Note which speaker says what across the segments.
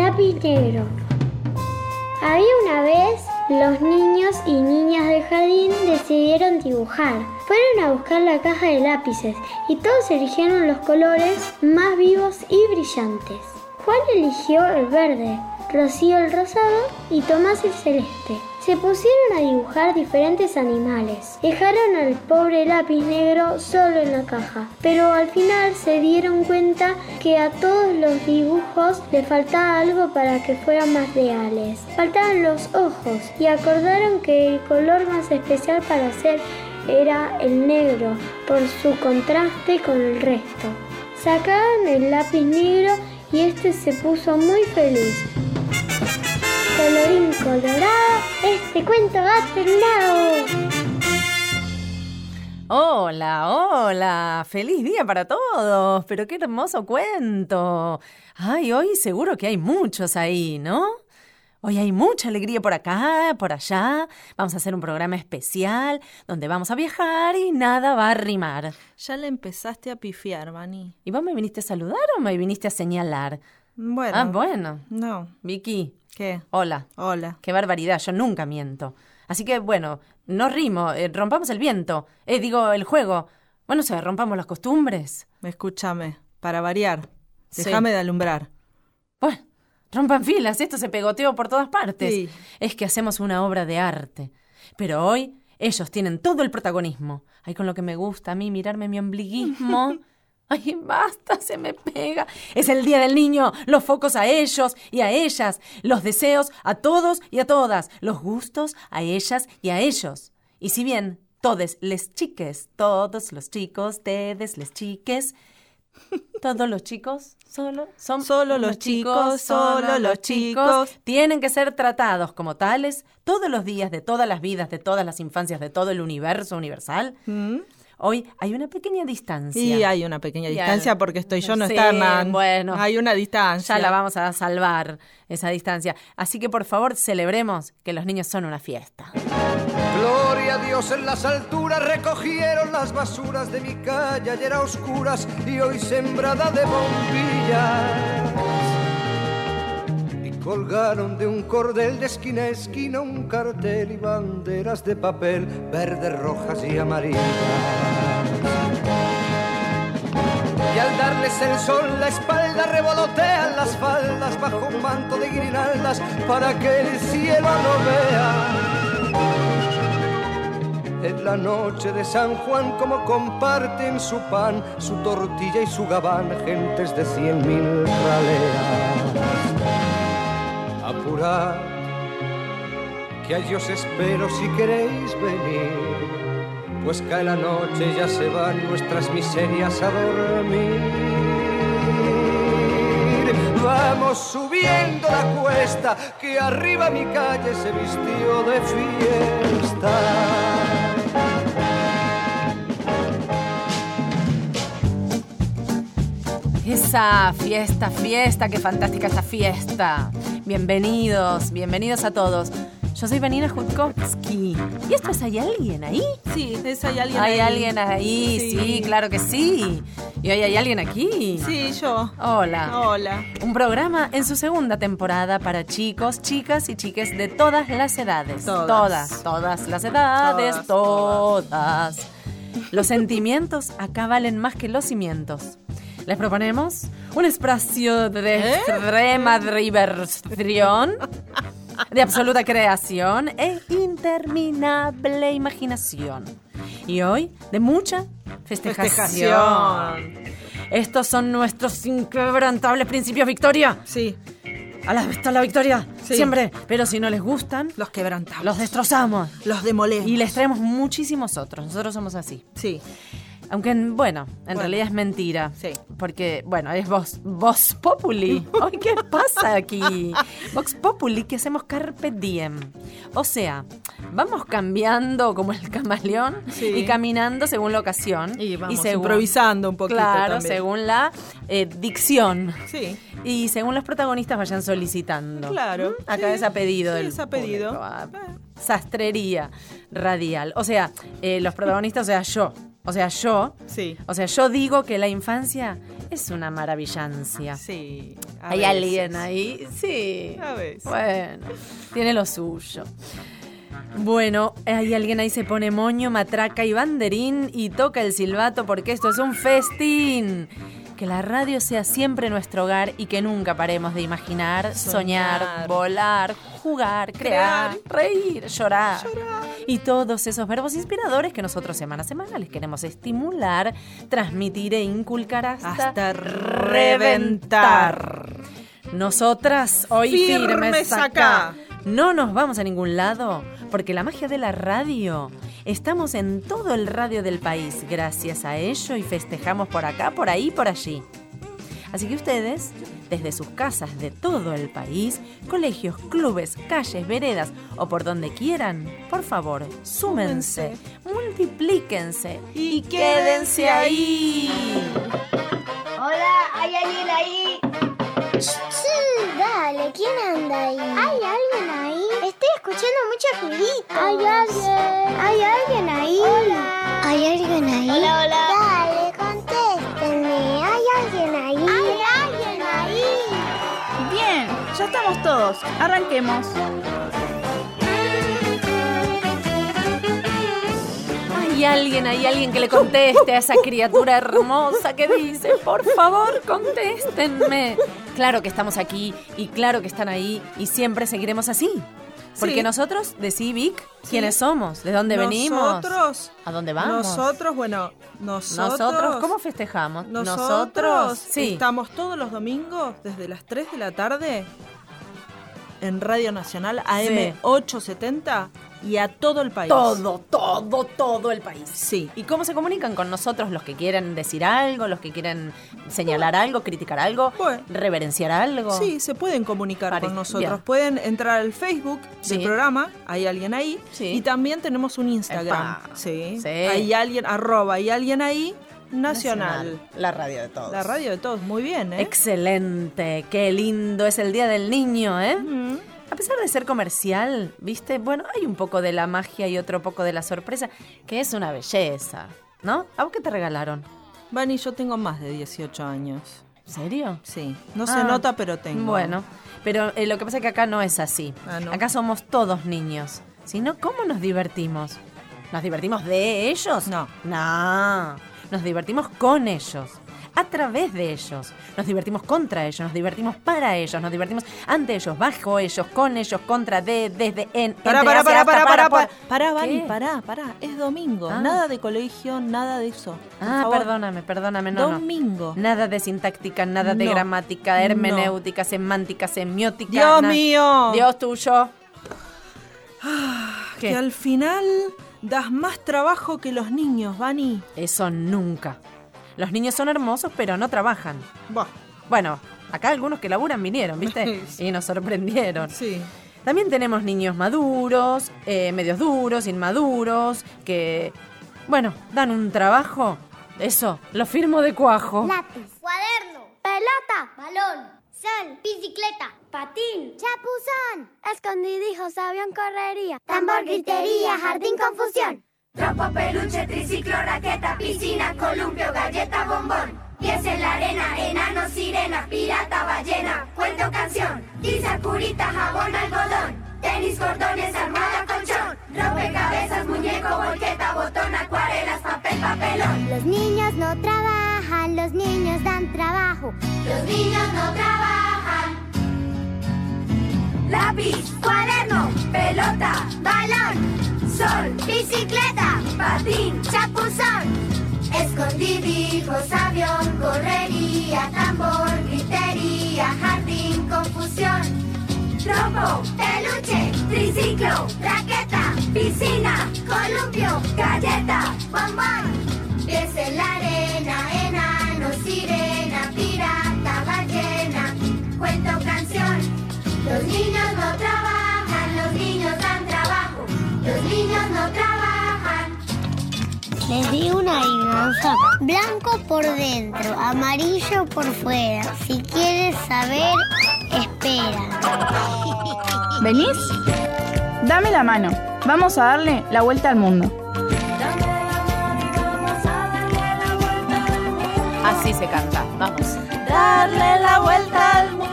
Speaker 1: carpintero. Había una vez los niños y niñas del jardín decidieron dibujar. Fueron a buscar la caja de lápices y todos eligieron los colores más vivos y brillantes. Juan eligió el verde, Rocío el rosado y Tomás el celeste. Se pusieron a dibujar diferentes animales. Dejaron al pobre lápiz negro solo en la caja, pero al final se dieron cuenta que a todos los dibujos le faltaba algo para que fueran más reales. Faltaban los ojos y acordaron que el color más especial para hacer era el negro por su contraste con el resto. Sacaron el lápiz negro y este se puso muy feliz. Colorín colorado, este cuento ha terminado.
Speaker 2: Hola, hola, feliz día para todos, pero qué hermoso cuento. Ay, hoy seguro que hay muchos ahí, ¿no? Hoy hay mucha alegría por acá, por allá. Vamos a hacer un programa especial donde vamos a viajar y nada va a rimar.
Speaker 3: Ya le empezaste a pifiar, Vani.
Speaker 2: ¿Y vos me viniste a saludar o me viniste a señalar?
Speaker 3: Bueno.
Speaker 2: Ah, bueno.
Speaker 3: No.
Speaker 2: Vicky,
Speaker 3: ¿Qué?
Speaker 2: hola.
Speaker 3: Hola.
Speaker 2: Qué barbaridad, yo nunca miento. Así que bueno, no rimo, eh, rompamos el viento. Eh, digo, el juego. Bueno, se rompamos las costumbres.
Speaker 3: Escúchame, para variar.
Speaker 2: Sí.
Speaker 3: Déjame de alumbrar.
Speaker 2: Bueno, rompan filas, esto se pegoteó por todas partes.
Speaker 3: Sí.
Speaker 2: Es que hacemos una obra de arte. Pero hoy ellos tienen todo el protagonismo. Ay, con lo que me gusta a mí mirarme mi ombliguismo. Ay, basta, se me pega. Es el día del niño, los focos a ellos y a ellas, los deseos a todos y a todas, los gustos a ellas y a ellos. Y si bien todes les chiques, todos los chicos, tedes les chiques, todos los chicos, solo son
Speaker 3: Solo los chicos, solo los chicos.
Speaker 2: tienen que ser tratados como tales todos los días de todas las vidas, de todas las infancias, de todo el universo universal.
Speaker 3: ¿Mm?
Speaker 2: Hoy hay una pequeña distancia.
Speaker 3: Y hay una pequeña
Speaker 2: Y
Speaker 3: distancia
Speaker 2: al-
Speaker 3: porque estoy yo, no
Speaker 2: Sí,
Speaker 3: está Hernán.
Speaker 2: bueno.
Speaker 3: Hay una distancia.
Speaker 2: Ya la vamos a salvar, esa distancia. Así que por favor celebremos que los niños son una fiesta.
Speaker 4: Gloria a Dios en las alturas recogieron las basuras de mi calle ayer a oscuras y hoy sembrada de bombillas. Y colgaron de un cordel de esquina a esquina un cartel y banderas de papel verdes, rojas y amarillas. Y al darles el sol la espalda revolotean las faldas bajo un manto de guirnaldas para que el cielo lo vea. En la noche de San Juan, como comparten su pan, su tortilla y su gabán, gentes de cien mil raleas. Apurad, que allí os espero si queréis venir, pues cae la noche y ya se van nuestras miserias a dormir. Vamos subiendo la cuesta, que arriba mi calle se vistió de fiesta.
Speaker 2: Esa fiesta, fiesta, qué fantástica esta fiesta. Bienvenidos, bienvenidos a todos. Yo soy Vanina Jutkowski. ¿Y esto es, hay alguien ahí?
Speaker 3: Sí, es hay alguien
Speaker 2: Hay
Speaker 3: ahí.
Speaker 2: alguien ahí, sí. claro que sí. Y hoy hay alguien aquí.
Speaker 3: Sí, yo.
Speaker 2: Hola.
Speaker 3: Hola.
Speaker 2: Un programa en su segunda temporada para chicos, chicas y chiques de todas las edades.
Speaker 3: Todas.
Speaker 2: Todas, todas las edades,
Speaker 3: Todas,
Speaker 2: todas. Los sentimientos acá valen más que los cimientos. Les proponemos un espacio de
Speaker 3: ¿Eh?
Speaker 2: extrema diversión, de absoluta creación e interminable imaginación. Y hoy, de mucha festejación.
Speaker 3: Festejación.
Speaker 2: Estos son nuestros inquebrantables principios, Victoria.
Speaker 3: Sí,
Speaker 2: A la está la victoria.
Speaker 3: Sí.
Speaker 2: Siempre. Pero si no les gustan,
Speaker 3: los quebrantamos.
Speaker 2: los destrozamos.
Speaker 3: Los demolemos.
Speaker 2: Y les traemos muchísimos otros. Nosotros somos así.
Speaker 3: Sí.
Speaker 2: Aunque, en- bueno, en
Speaker 3: Bueno.
Speaker 2: realidad es mentira.
Speaker 3: Sí.
Speaker 2: Porque, bueno, es Vox, Vox Populi. Ay, ¿qué pasa aquí? Vox Populi, que hacemos Carpe Diem. O sea, vamos cambiando como el camaleón
Speaker 3: Sí.
Speaker 2: y caminando según la ocasión.
Speaker 3: Y vamos
Speaker 2: según-
Speaker 3: improvisando un poquito
Speaker 2: Claro,
Speaker 3: también.
Speaker 2: según la eh, dicción.
Speaker 3: Sí.
Speaker 2: Y según los protagonistas vayan solicitando.
Speaker 3: Claro.
Speaker 2: ¿Mm? Acá
Speaker 3: Sí,
Speaker 2: es a pedido
Speaker 3: sí,
Speaker 2: del
Speaker 3: es a pedido.
Speaker 2: público, a- sastrería radial. O sea, eh, los protagonistas, o sea, yo. O sea, yo.
Speaker 3: Sí.
Speaker 2: O sea, yo digo que la infancia es una maravillancia.
Speaker 3: Sí. a
Speaker 2: Hay
Speaker 3: veces.
Speaker 2: alguien ahí. Sí.
Speaker 3: A veces.
Speaker 2: Bueno, tiene lo suyo. Bueno, hay alguien ahí se pone moño, matraca y banderín y toca el silbato porque esto es un festín. Que la radio sea siempre nuestro hogar y que nunca paremos de imaginar, soñar,
Speaker 3: Soñar.
Speaker 2: volar, jugar, crear, reír, llorar. Y todos esos verbos inspiradores que nosotros semana a semana les queremos estimular, transmitir e inculcar hasta,
Speaker 3: Hasta reventar.
Speaker 2: nosotras hoy firmes,
Speaker 3: Firmes
Speaker 2: acá.
Speaker 3: acá.
Speaker 2: No nos vamos a ningún lado, porque la magia de la radio. Estamos en todo el radio del país gracias a ello y festejamos por acá, por ahí, por allí. Así que ustedes, desde sus casas de todo el país, colegios, clubes, calles, veredas o por donde quieran, por favor, súmense, multiplíquense y,
Speaker 3: Y
Speaker 2: quédense
Speaker 3: quédense
Speaker 2: ahí.
Speaker 5: Hola, ¿hay alguien ahí?
Speaker 1: Sí, dale, ¿quién anda ahí? ¿Hay alguien ahí? Estoy escuchando muchos ruiditos. ¿Hay alguien? ¿Hay alguien ahí? Hola. ¿Hay alguien ahí? Hola, hola. Dale, contéstenme. ¿Hay alguien ahí? ¿Hay alguien ahí?
Speaker 6: Bien, ya estamos todos. Arranquemos.
Speaker 2: Hay alguien, hay alguien que le conteste a esa criatura hermosa que dice, por favor, contéstenme. Claro que estamos aquí y claro que están ahí y siempre seguiremos así. Porque
Speaker 3: Sí.
Speaker 2: nosotros, de Civic, ¿quiénes somos? ¿De dónde venimos?
Speaker 3: Nosotros.
Speaker 2: ¿A dónde vamos?
Speaker 3: Nosotros, bueno, nosotros.
Speaker 2: Nosotros, ¿cómo festejamos?
Speaker 3: Nosotros,
Speaker 2: sí.
Speaker 3: estamos todos los domingos desde las 3 de la tarde en Radio Nacional
Speaker 2: Sí.
Speaker 3: AM870 y a todo el país.
Speaker 2: Todo, todo, todo el país.
Speaker 3: Sí.
Speaker 2: ¿Y cómo se comunican con nosotros los que quieren decir algo, los que quieren señalar algo, criticar algo,
Speaker 3: Bueno.
Speaker 2: reverenciar algo?
Speaker 3: Sí, se pueden comunicar
Speaker 2: Pare-
Speaker 3: con nosotros.
Speaker 2: bien.
Speaker 3: Pueden entrar al Facebook
Speaker 2: Sí.
Speaker 3: del programa, hay alguien ahí.
Speaker 2: Sí.
Speaker 3: Y también tenemos un Instagram.
Speaker 2: Epa.
Speaker 3: Sí.
Speaker 2: Sí.
Speaker 3: Hay alguien, arroba, hay alguien ahí, nacional.
Speaker 2: La radio de todos.
Speaker 3: La radio de todos, muy bien, ¿eh?
Speaker 2: Excelente, qué lindo es el Día del Niño, ¿eh?
Speaker 3: Mm.
Speaker 2: A pesar de ser comercial, ¿viste? Bueno, hay un poco de la magia y otro poco de la sorpresa, que es una belleza, ¿no? ¿A vos qué te regalaron?
Speaker 3: Vani, yo tengo más de 18 años.
Speaker 2: ¿En serio?
Speaker 3: Sí. No
Speaker 2: Ah.
Speaker 3: se nota, pero tengo.
Speaker 2: Bueno, pero eh, lo que pasa es que acá no es así.
Speaker 3: Ah, ¿no?
Speaker 2: Acá somos todos niños. Si no, ¿cómo nos divertimos? ¿Nos divertimos de ellos?
Speaker 3: No.
Speaker 2: No. Nos divertimos con ellos. A través de ellos. Nos divertimos contra ellos, nos divertimos para ellos, nos divertimos ante ellos, bajo ellos, con ellos, contra, de, desde, en.
Speaker 3: Pará,
Speaker 2: entre,
Speaker 3: pará,
Speaker 2: hacia,
Speaker 3: pará,
Speaker 2: hasta,
Speaker 3: pará, pará, pará.
Speaker 2: por-
Speaker 3: Pará,
Speaker 2: ¿Qué?
Speaker 3: Vani, pará, pará. Es domingo.
Speaker 2: Ah.
Speaker 3: Nada de colegio, nada de eso. Por
Speaker 2: Ah,
Speaker 3: favor.
Speaker 2: perdóname, perdóname, no, no.
Speaker 3: Domingo.
Speaker 2: Nada de sintáctica, nada de
Speaker 3: No.
Speaker 2: gramática, hermenéutica, semántica, semiótica.
Speaker 3: Dios
Speaker 2: na-
Speaker 3: mío. Ah,
Speaker 2: Dios tuyo. ¿Qué?
Speaker 3: Que al final das más trabajo que los niños, Vani.
Speaker 2: Eso nunca. Los niños son hermosos, pero no trabajan.
Speaker 3: Bah,
Speaker 2: Bueno, acá algunos que laburan vinieron, ¿viste?
Speaker 3: Sí.
Speaker 2: Y nos sorprendieron.
Speaker 3: sí.
Speaker 2: También tenemos niños maduros, eh, medios duros, inmaduros, que, bueno, dan un trabajo. Eso, lo firmo de cuajo.
Speaker 1: Lápiz.
Speaker 5: Cuaderno,
Speaker 1: Pelota.
Speaker 5: balón, sal, bicicleta, patín.
Speaker 1: Chapuzón. Escondidijos, avión, correría.
Speaker 5: Tambor, gritería, jardín, confusión.
Speaker 7: Trompo, peluche, triciclo, raqueta, piscina, columpio, galleta, bombón. Pies en la arena, enano, sirena, pirata, ballena, cuento, canción. Tiza, curita, jabón, algodón. Tenis, cordones, armada, colchón. Rompecabezas, muñeco, volqueta, botón, acuarelas, papel, papelón.
Speaker 1: Los niños no trabajan, los niños dan trabajo.
Speaker 7: Los niños no trabajan. Lápiz, cuaderno, pelota, balón, sol, bicicleta, patín, chapuzón. Escondidijos, avión, correría, tambor, gritería, jardín, confusión. Trompo, peluche, triciclo, raqueta, piscina, columpio, galleta, bombón. Pies en la arena, enano, sirena, pirata, ballena, cuento, canción. Los niños no trabajan, los niños dan trabajo. Los niños no trabajan.
Speaker 1: Les di una adivinanza. Blanco por dentro, amarillo por fuera. Si quieres saber, espera.
Speaker 6: ¿Venís? Dame la mano. Vamos a darle la vuelta al mundo.
Speaker 7: Dame la mano y vamos a
Speaker 2: se canta. Vamos. Darle la vuelta al mundo.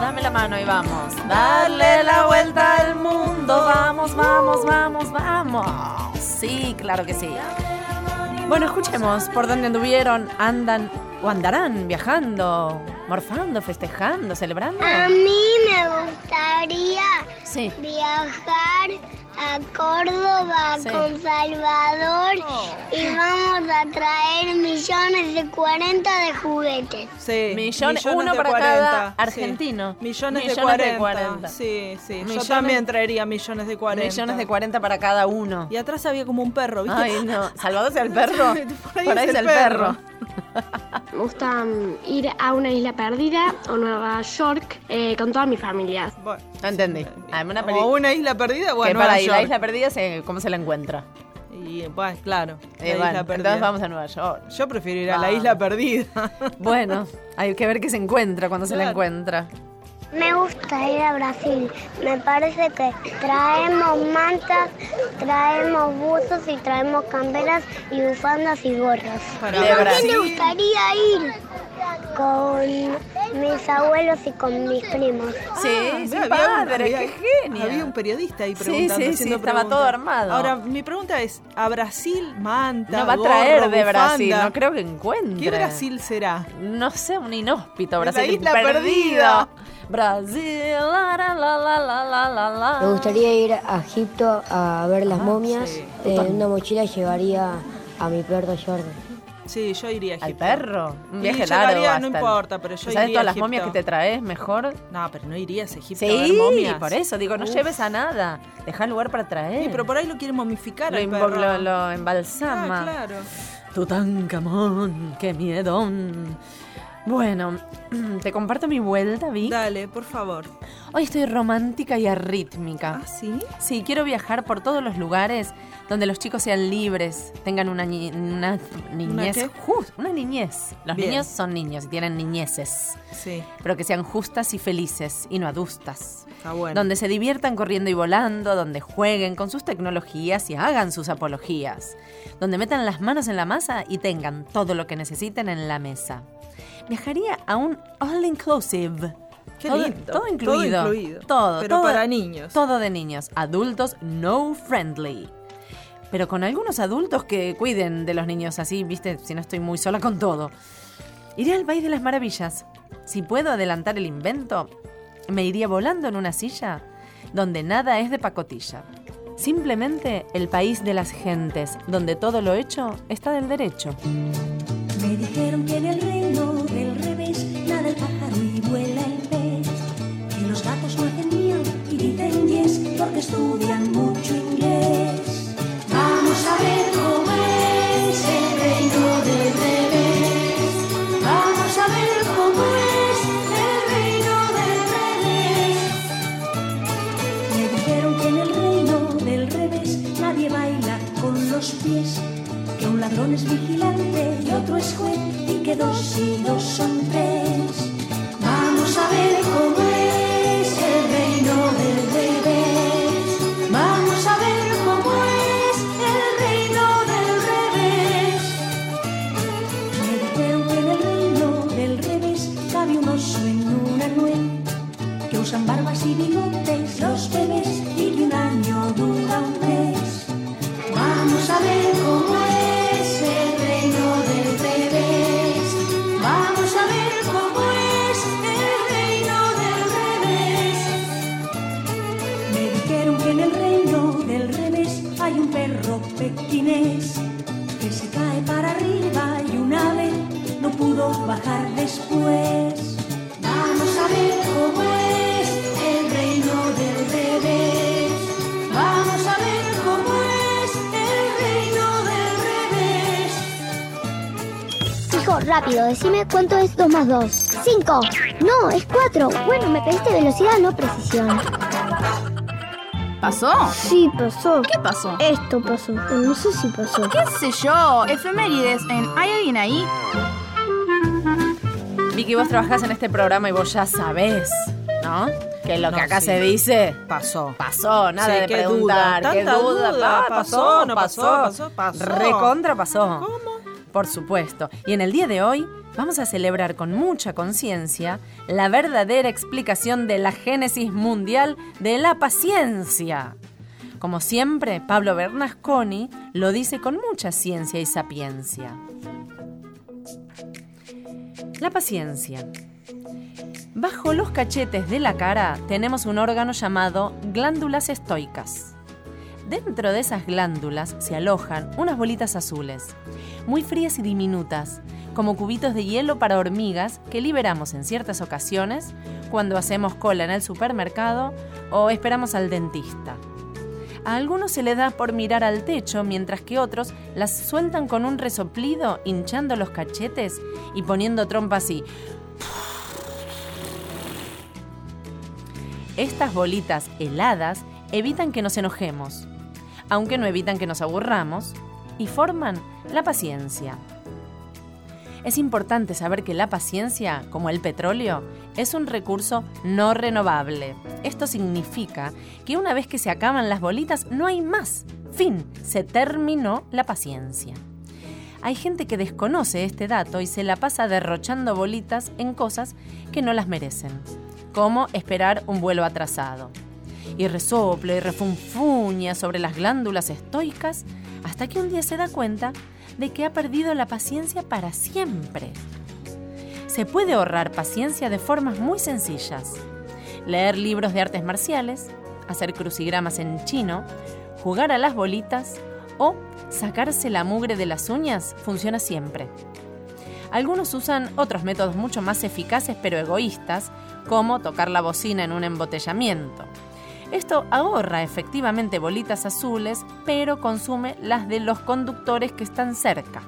Speaker 2: Dame la mano y vamos. Darle la vuelta al mundo. Vamos, vamos, vamos, vamos. Sí, claro que sí. Bueno, escuchemos por dónde anduvieron, andan o andarán viajando, morfando, festejando, celebrando.
Speaker 8: A mí me gustaría
Speaker 2: Sí.
Speaker 8: viajar a Córdoba
Speaker 2: Sí. Oh.
Speaker 8: con Salvador y vamos a traer millones de 40 de juguetes.
Speaker 3: Sí,
Speaker 2: Millón- uno
Speaker 3: de
Speaker 2: para
Speaker 3: 40,
Speaker 2: cada
Speaker 3: sí.
Speaker 2: argentino.
Speaker 3: Millones,
Speaker 2: Millones de
Speaker 3: de 40.
Speaker 2: 40.
Speaker 3: Sí, sí.
Speaker 2: Millones-
Speaker 3: Yo también traería millones de 40.
Speaker 2: Millones de 40 para cada uno.
Speaker 3: Y atrás había como un perro, ¿viste?
Speaker 2: Ay, no. Salvador sea el perro.
Speaker 3: Por ahí
Speaker 2: Por ahí
Speaker 3: es
Speaker 2: es el
Speaker 3: el
Speaker 2: perro.
Speaker 9: Me gusta mm, ir a una isla perdida o Nueva York eh, con toda mi familia.
Speaker 3: Bueno,
Speaker 2: No entendí. Ah, una peli-
Speaker 3: o una isla perdida,
Speaker 2: que
Speaker 3: bueno, Nueva
Speaker 2: para ahí, la
Speaker 3: York.
Speaker 2: isla perdida, se- ¿cómo se la encuentra?
Speaker 3: Y bueno, claro, la
Speaker 2: Eh,
Speaker 3: isla
Speaker 2: bueno,
Speaker 3: perdida.
Speaker 2: entonces vamos a Nueva York.
Speaker 3: Yo prefiero ir a la
Speaker 2: Vamos.
Speaker 3: isla perdida.
Speaker 2: Bueno, hay que ver qué se encuentra cuando se la
Speaker 3: Claro.
Speaker 2: encuentra.
Speaker 8: Me gusta ir a Brasil. Me parece que traemos mantas, traemos buzos y traemos camperas y bufandas y gorras.
Speaker 3: Para
Speaker 2: De Brasil.
Speaker 8: Me gustaría ir con mis abuelos y con mis primos. Ah,
Speaker 2: Sí, sí,
Speaker 3: Mirá,
Speaker 2: padre,
Speaker 3: había-
Speaker 2: qué genio.
Speaker 3: Había un periodista ahí
Speaker 2: Sí,
Speaker 3: preguntando.
Speaker 2: sí, sí,
Speaker 3: haciendo
Speaker 2: estaba
Speaker 3: preguntas.
Speaker 2: todo armado.
Speaker 3: Ahora, mi pregunta es, ¿a Brasil manta,
Speaker 2: No va a
Speaker 3: gorro,
Speaker 2: traer de Brasil,
Speaker 3: bufanda?
Speaker 2: no creo que encuentre.
Speaker 3: ¿Qué Brasil será?
Speaker 2: No sé, un inhóspito
Speaker 3: Es la
Speaker 2: Brasil.
Speaker 3: isla
Speaker 2: perdido.
Speaker 3: perdida.
Speaker 2: Brasil, la, la, la, la, la, la, la, la.
Speaker 10: Me gustaría ir a Egipto a ver las momias.
Speaker 3: sí.
Speaker 10: En una mochila llevaría a mi perro Jordan.
Speaker 3: Sí, yo iría a
Speaker 2: Al
Speaker 3: Egipto.
Speaker 2: perro. Un
Speaker 3: Y
Speaker 2: viaje
Speaker 3: yo
Speaker 2: largo.
Speaker 3: haría, no
Speaker 2: hasta el-
Speaker 3: importa, pero yo
Speaker 2: ¿Sabes
Speaker 3: iría
Speaker 2: todas
Speaker 3: a
Speaker 2: las momias que
Speaker 3: Egipto.
Speaker 2: te traes mejor?
Speaker 3: No, pero no irías a Egipto a ver
Speaker 2: Sí,
Speaker 3: momias.
Speaker 2: por eso. Digo, no
Speaker 3: Uf.
Speaker 2: lleves a nada. Deja lugar para traer.
Speaker 3: Sí, pero por ahí lo quieren momificar
Speaker 2: lo,
Speaker 3: al
Speaker 2: invo-
Speaker 3: perro.
Speaker 2: lo- lo
Speaker 3: Ah,
Speaker 2: embalsama.
Speaker 3: claro.
Speaker 2: Tutankamón, qué miedo. Bueno, te comparto mi vuelta, Vic.
Speaker 3: Dale, por favor.
Speaker 2: Hoy estoy romántica y arrítmica.
Speaker 3: ¿Ah, sí?
Speaker 2: Sí, quiero viajar por todos los lugares donde los chicos sean libres, tengan una, ni- una niñez.
Speaker 3: qué?
Speaker 2: jus- una niñez. Los
Speaker 3: Bien.
Speaker 2: niños son niños y tienen niñeces,
Speaker 3: Sí,
Speaker 2: pero que sean justas y felices y no adustas.
Speaker 3: está bueno.
Speaker 2: Donde se diviertan corriendo y volando, donde jueguen con sus tecnologías y hagan sus apologías. Donde metan las manos en la masa y tengan todo lo que necesiten en la mesa. Viajaría a un all inclusive.
Speaker 3: Qué
Speaker 2: todo,
Speaker 3: lindo.
Speaker 2: Todo incluido.
Speaker 3: Todo incluido.
Speaker 2: Todo,
Speaker 3: Pero
Speaker 2: todo-
Speaker 3: para niños.
Speaker 2: Todo de niños. Adultos no friendly. Pero con algunos adultos que cuiden de los niños así, viste, si no estoy muy sola con todo. Iré al País de las Maravillas. Si puedo adelantar el invento, me iría volando en una silla donde nada es de pacotilla. Simplemente el país de las gentes, donde todo lo hecho está del derecho.
Speaker 7: Me dijeron que en el reino del revés nada el pájaro y vuela el pez. Que los gatos no hacen miau y dicen yes porque estudian mucho inglés. Vamos a ver cómo es el reino del revés. Vamos a ver cómo es el reino del revés. Me dijeron que en el reino del revés nadie baila con los pies, que un ladrón es vigilante y otro es juez y que dos y dos son tres. Vamos a ver cómo es el reino del revés. Vamos a ver cómo es el reino del revés. Me dijeron que en el reino del revés cabe un oso en una nuez que usan barbas y bigotes los bebés y que un año dura un mes. Vamos a ver cómo es el reino del revés. Vamos a ver cómo es el reino del revés. Me dijeron que en el reino del revés hay un perro pequinés que se cae para arriba y una vez no pudo bajar después. Vamos a ver cómo es el reino del revés. Vamos a ver cómo es el reino del revés.
Speaker 8: Hijo, rápido, decime cuánto es 2 más 2. 5. No, es 4. Bueno, me pediste velocidad, no precisión.
Speaker 6: ¿Pasó?
Speaker 8: Sí, pasó.
Speaker 6: ¿Qué pasó?
Speaker 8: Esto pasó. No sé si pasó.
Speaker 6: ¿Qué sé yo? Efemérides en ¿Hay alguien ahí?
Speaker 2: Vicky, vos trabajás en este programa y vos ya sabés, ¿no? Que lo que
Speaker 3: No,
Speaker 2: acá
Speaker 3: sí.
Speaker 2: se dice
Speaker 3: Pasó.
Speaker 2: pasó, nada
Speaker 3: Sí,
Speaker 2: de
Speaker 3: qué
Speaker 2: preguntar,
Speaker 3: duda,
Speaker 2: qué
Speaker 3: tanta
Speaker 2: duda,
Speaker 3: duda,
Speaker 2: Ah,
Speaker 3: pasó, no pasó, pasó, pasó.
Speaker 2: Recontra pasó.
Speaker 3: ¿Cómo?
Speaker 2: Por supuesto. Y en el día de hoy vamos a celebrar con mucha conciencia la verdadera explicación de la génesis mundial de la paciencia. Como siempre, Pablo Bernasconi lo dice con mucha ciencia y sapiencia. La paciencia. Bajo los cachetes de la cara tenemos un órgano llamado glándulas estoicas. Dentro de esas glándulas se alojan unas bolitas azules, muy frías y diminutas, como cubitos de hielo para hormigas que liberamos en ciertas ocasiones cuando hacemos cola en el supermercado o esperamos al dentista. A algunos se les da por mirar al techo, mientras que otros las sueltan con un resoplido, hinchando los cachetes y poniendo trompa así. Estas bolitas heladas evitan que nos enojemos, aunque no evitan que nos aburramos, y forman la paciencia. Es importante saber que la paciencia, como el petróleo, es un recurso no renovable. Esto significa que una vez que se acaban las bolitas no hay más. Fin, se terminó la paciencia. Hay gente que desconoce este dato y se la pasa derrochando bolitas en cosas que no las merecen, como esperar un vuelo atrasado. Y resopla y refunfuña sobre las glándulas estoicas hasta que un día se da cuenta de que ha perdido la paciencia para siempre. Se puede ahorrar paciencia de formas muy sencillas. Leer libros de artes marciales, hacer crucigramas en chino, jugar a las bolitas o sacarse la mugre de las uñas funciona siempre. Algunos usan otros métodos mucho más eficaces pero egoístas, como tocar la bocina en un embotellamiento. Esto ahorra efectivamente bolitas azules, pero consume las de los conductores que están cerca.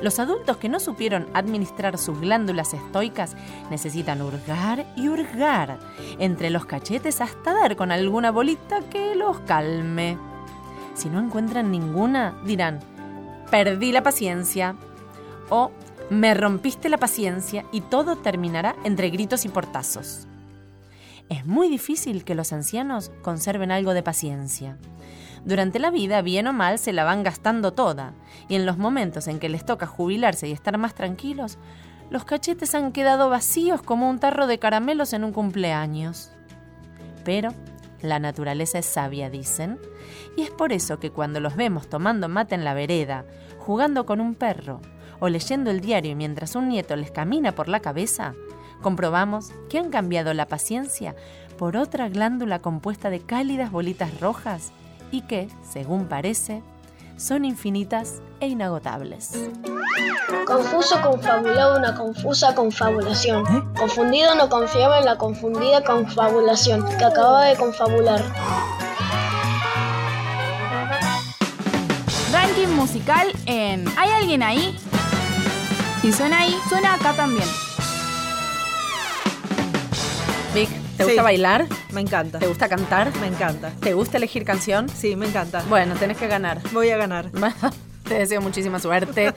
Speaker 2: Los adultos que no supieron administrar sus glándulas estoicas necesitan hurgar y hurgar entre los cachetes hasta dar con alguna bolita que los calme. Si no encuentran ninguna, dirán, perdí la paciencia o me rompiste la paciencia y todo terminará entre gritos y portazos es muy difícil que los ancianos conserven algo de paciencia. Durante la vida, bien o mal, se la van gastando toda, y en los momentos en que les toca jubilarse y estar más tranquilos, los cachetes han quedado vacíos como un tarro de caramelos en un cumpleaños. Pero la naturaleza es sabia, dicen, y es por eso que cuando los vemos tomando mate en la vereda, jugando con un perro, o leyendo el diario mientras un nieto les camina por la cabeza, comprobamos que han cambiado la paciencia por otra glándula compuesta de cálidas bolitas rojas y que, según parece, son infinitas e inagotables.
Speaker 5: Confuso confabulado una confusa confabulación. Confundido no confiaba en la confundida confabulación que acababa de confabular.
Speaker 6: Ranking musical en ¿Hay alguien ahí? Si suena ahí, suena acá también.
Speaker 2: Vic, ¿te gusta
Speaker 3: Sí.
Speaker 2: bailar?
Speaker 3: Me encanta.
Speaker 2: ¿Te gusta cantar?
Speaker 3: Me encanta.
Speaker 2: ¿Te gusta elegir canción?
Speaker 3: Sí, me encanta.
Speaker 2: Bueno, tenés que ganar.
Speaker 3: Voy a ganar.
Speaker 2: Te deseo muchísima suerte.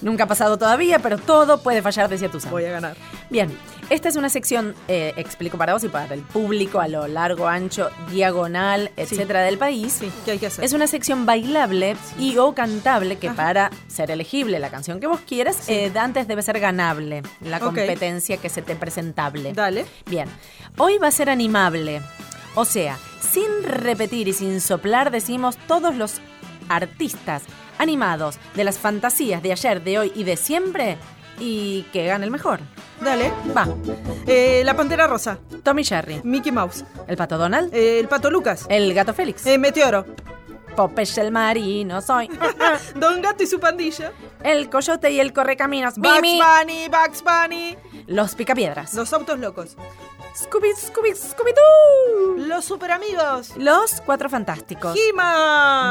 Speaker 2: Nunca ha pasado todavía, pero todo puede fallar, decía Tusa.
Speaker 3: Voy a ganar.
Speaker 2: Bien, esta es una sección, eh, explico para vos y para el público, a lo largo, ancho, diagonal, etcétera, del país.
Speaker 3: ¿Qué hay que hacer?
Speaker 2: Es una sección bailable y o cantable que para ser elegible la canción que vos quieras, eh, antes debe ser ganable, la
Speaker 3: Ok.
Speaker 2: competencia que se te presentable.
Speaker 3: Dale.
Speaker 2: Bien, hoy va a ser animable. O sea, sin repetir y sin soplar decimos todos los artistas animados de las fantasías de ayer, de hoy y de siempre y que gane el mejor.
Speaker 3: Dale.
Speaker 2: Va.
Speaker 3: Eh, la Pantera Rosa.
Speaker 2: Tommy Jerry.
Speaker 3: Mickey Mouse. eh,
Speaker 2: El Pato Donald.
Speaker 3: el Pato Lucas.
Speaker 2: El Gato Félix.
Speaker 3: Eh, Meteoro.
Speaker 2: Popeye el marino soy.
Speaker 3: Don Gato y su pandilla.
Speaker 2: El Coyote y el Correcaminos.
Speaker 3: Bugs
Speaker 2: Mimi.
Speaker 3: Bunny, Bugs Bunny.
Speaker 2: Los Picapiedras.
Speaker 3: Los autos locos.
Speaker 2: Scooby, Scooby, Scooby-Doo.
Speaker 3: Los super amigos.
Speaker 2: Los Cuatro Fantásticos.
Speaker 3: He-Man.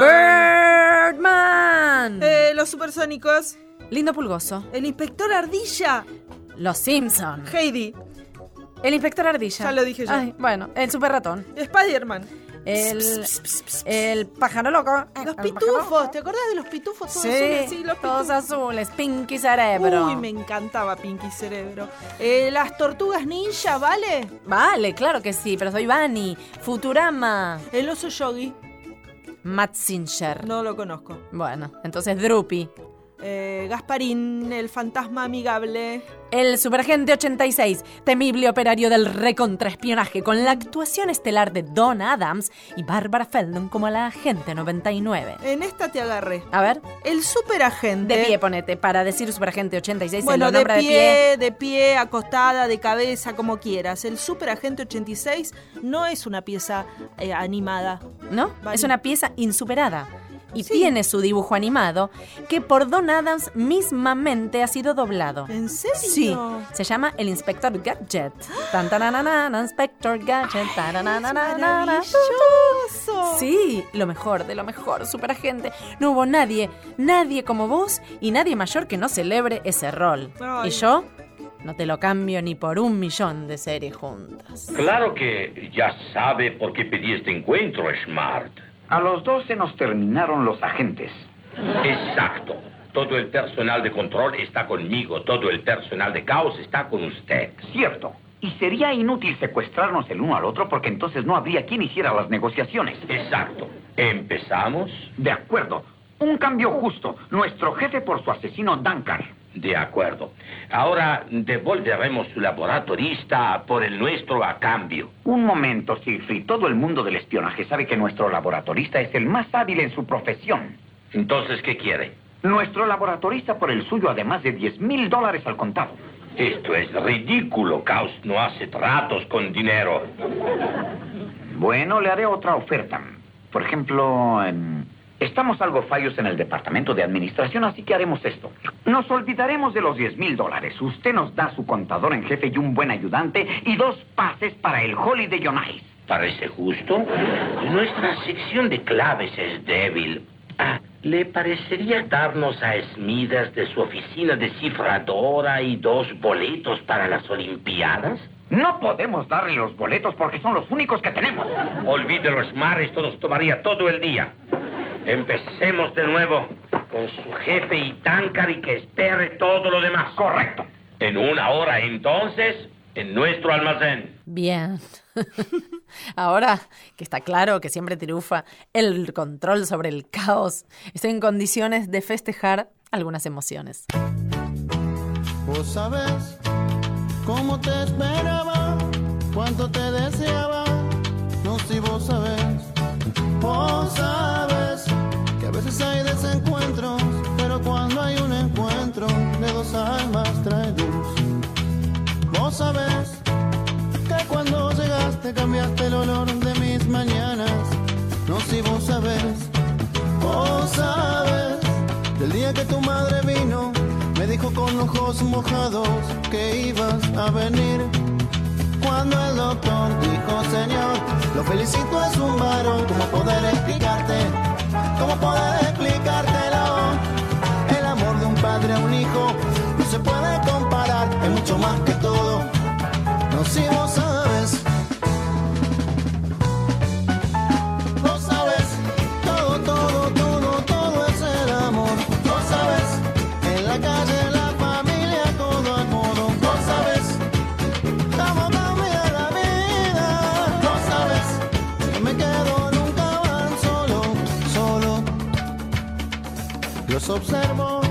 Speaker 2: Birdman.
Speaker 3: Eh, los supersónicos.
Speaker 2: Lindo Pulgoso.
Speaker 3: El inspector Ardilla.
Speaker 2: Los Simpson.
Speaker 3: Heidi.
Speaker 2: El Inspector Ardilla.
Speaker 3: Ya lo dije yo.
Speaker 2: Ay, bueno, el Super Ratón.
Speaker 3: Spider-Man.
Speaker 2: El, el Pájaro Loco.
Speaker 3: Los
Speaker 2: El
Speaker 3: pitufos. ¿Te acordás de los pitufos? Todos
Speaker 2: Sí,
Speaker 3: azules, sí, los
Speaker 2: todos
Speaker 3: pitufos.
Speaker 2: azules, Pinky Cerebro.
Speaker 3: Uy, me encantaba Pinky Cerebro. Eh, las tortugas ninja, ¿vale?
Speaker 2: Vale, claro que sí, pero soy Bunny, Futurama,
Speaker 3: El oso yogi.
Speaker 2: Matt Singer.
Speaker 3: No lo conozco.
Speaker 2: Bueno, entonces Drupi.
Speaker 3: eh, Gasparín, el fantasma amigable.
Speaker 2: El Superagente 86, temible operario del recontraespionaje, con la actuación estelar de Don Adams y Barbara Feldon como la agente 99.
Speaker 3: En esta te agarré.
Speaker 2: A ver.
Speaker 3: El superagente.
Speaker 2: De pie, ponete, para decir superagente 86 se
Speaker 3: Bueno,
Speaker 2: lo
Speaker 3: de
Speaker 2: nombra
Speaker 3: pie,
Speaker 2: de pie.
Speaker 3: de pie, acostada, de cabeza, como quieras. El Superagente 86 no es una pieza eh, animada.
Speaker 2: ¿No? Es una pieza insuperada. Y
Speaker 3: Sí.
Speaker 2: tiene su dibujo animado, que por Don Adams mismamente ha sido doblado.
Speaker 3: ¿En serio?
Speaker 2: Sí. Se llama El Inspector Gadget. Tan, taranana, Inspector Gadget. taranana,
Speaker 3: ¡Maravilloso!
Speaker 2: Sí, lo mejor de lo mejor, superagente. No hubo nadie, nadie como vos y nadie mayor que no celebre ese rol.
Speaker 3: Ay.
Speaker 2: Y yo no te lo cambio ni por un millón de series juntas.
Speaker 11: Claro que ya sabe por qué pedí este encuentro, Smart. A los 12 nos terminaron los agentes. Exacto. Todo el personal de control está conmigo. Todo el personal de caos está con usted. Cierto.
Speaker 12: Y sería inútil secuestrarnos el uno al otro porque entonces no habría quien hiciera las negociaciones.
Speaker 11: Exacto. ¿Empezamos?
Speaker 12: De acuerdo. Un cambio justo. Nuestro jefe por su asesino Duncan.
Speaker 11: De acuerdo. Ahora devolveremos su laboratorista por el nuestro a cambio.
Speaker 12: Un momento, Siegfried. Todo el mundo del espionaje sabe que nuestro laboratorista es el más hábil en su profesión.
Speaker 11: Entonces, ¿qué quiere?
Speaker 12: Nuestro laboratorista por el suyo, además de 10 mil dólares al contado.
Speaker 11: Esto es ridículo. Caos no hace tratos con dinero.
Speaker 12: Bueno, le haré otra oferta. Por ejemplo, em, estamos algo fallos en el departamento de administración, así que haremos esto. Nos olvidaremos de los 10 mil dólares. Usted nos da su contador en jefe y un buen ayudante y dos pases para el Holiday on Ice.
Speaker 11: ¿Parece justo? Nuestra sección de claves es débil. Ah, ¿Le parecería darnos a Smidas de su oficina de cifradora y dos boletos para las Olimpiadas?
Speaker 12: No podemos darle los boletos porque son los únicos que tenemos.
Speaker 11: Olvídelo, Smar, esto nos tomaría todo el día. Empecemos de nuevo con su jefe y Tancar y que espere todo lo demás.
Speaker 12: Correcto.
Speaker 11: En una hora, entonces, en nuestro almacén.
Speaker 2: Bien. Ahora que está claro que siempre triunfa el control sobre el caos, estoy en condiciones de festejar algunas emociones.
Speaker 13: Vos sabés cómo te esperaba, cuánto te deseaba. No si vos sabés, vos sabés que a veces hay desencuentros, pero cuando hay un encuentro de dos almas trae luz. Vos sabés que cuando llegaste cambiaste el olor de mis mañanas. No si vos sabés, vos sabés. Del día que tu madre vino, me dijo con ojos mojados que ibas a venir. Cuando el doctor dijo, Señor, lo felicito, es un varón, ¿cómo poder explicarte? ¿Cómo poder explicártelo? El amor de un padre a un hijo no se puede comparar, es mucho más que todo. No si vos sabes. No sabes, todo, todo, todo, todo es el amor. No sabes, en la calle, en la familia, todo a todo. No sabes, cómo cambia la vida. No sabes, me quedo nunca van solo, solo. Los observo,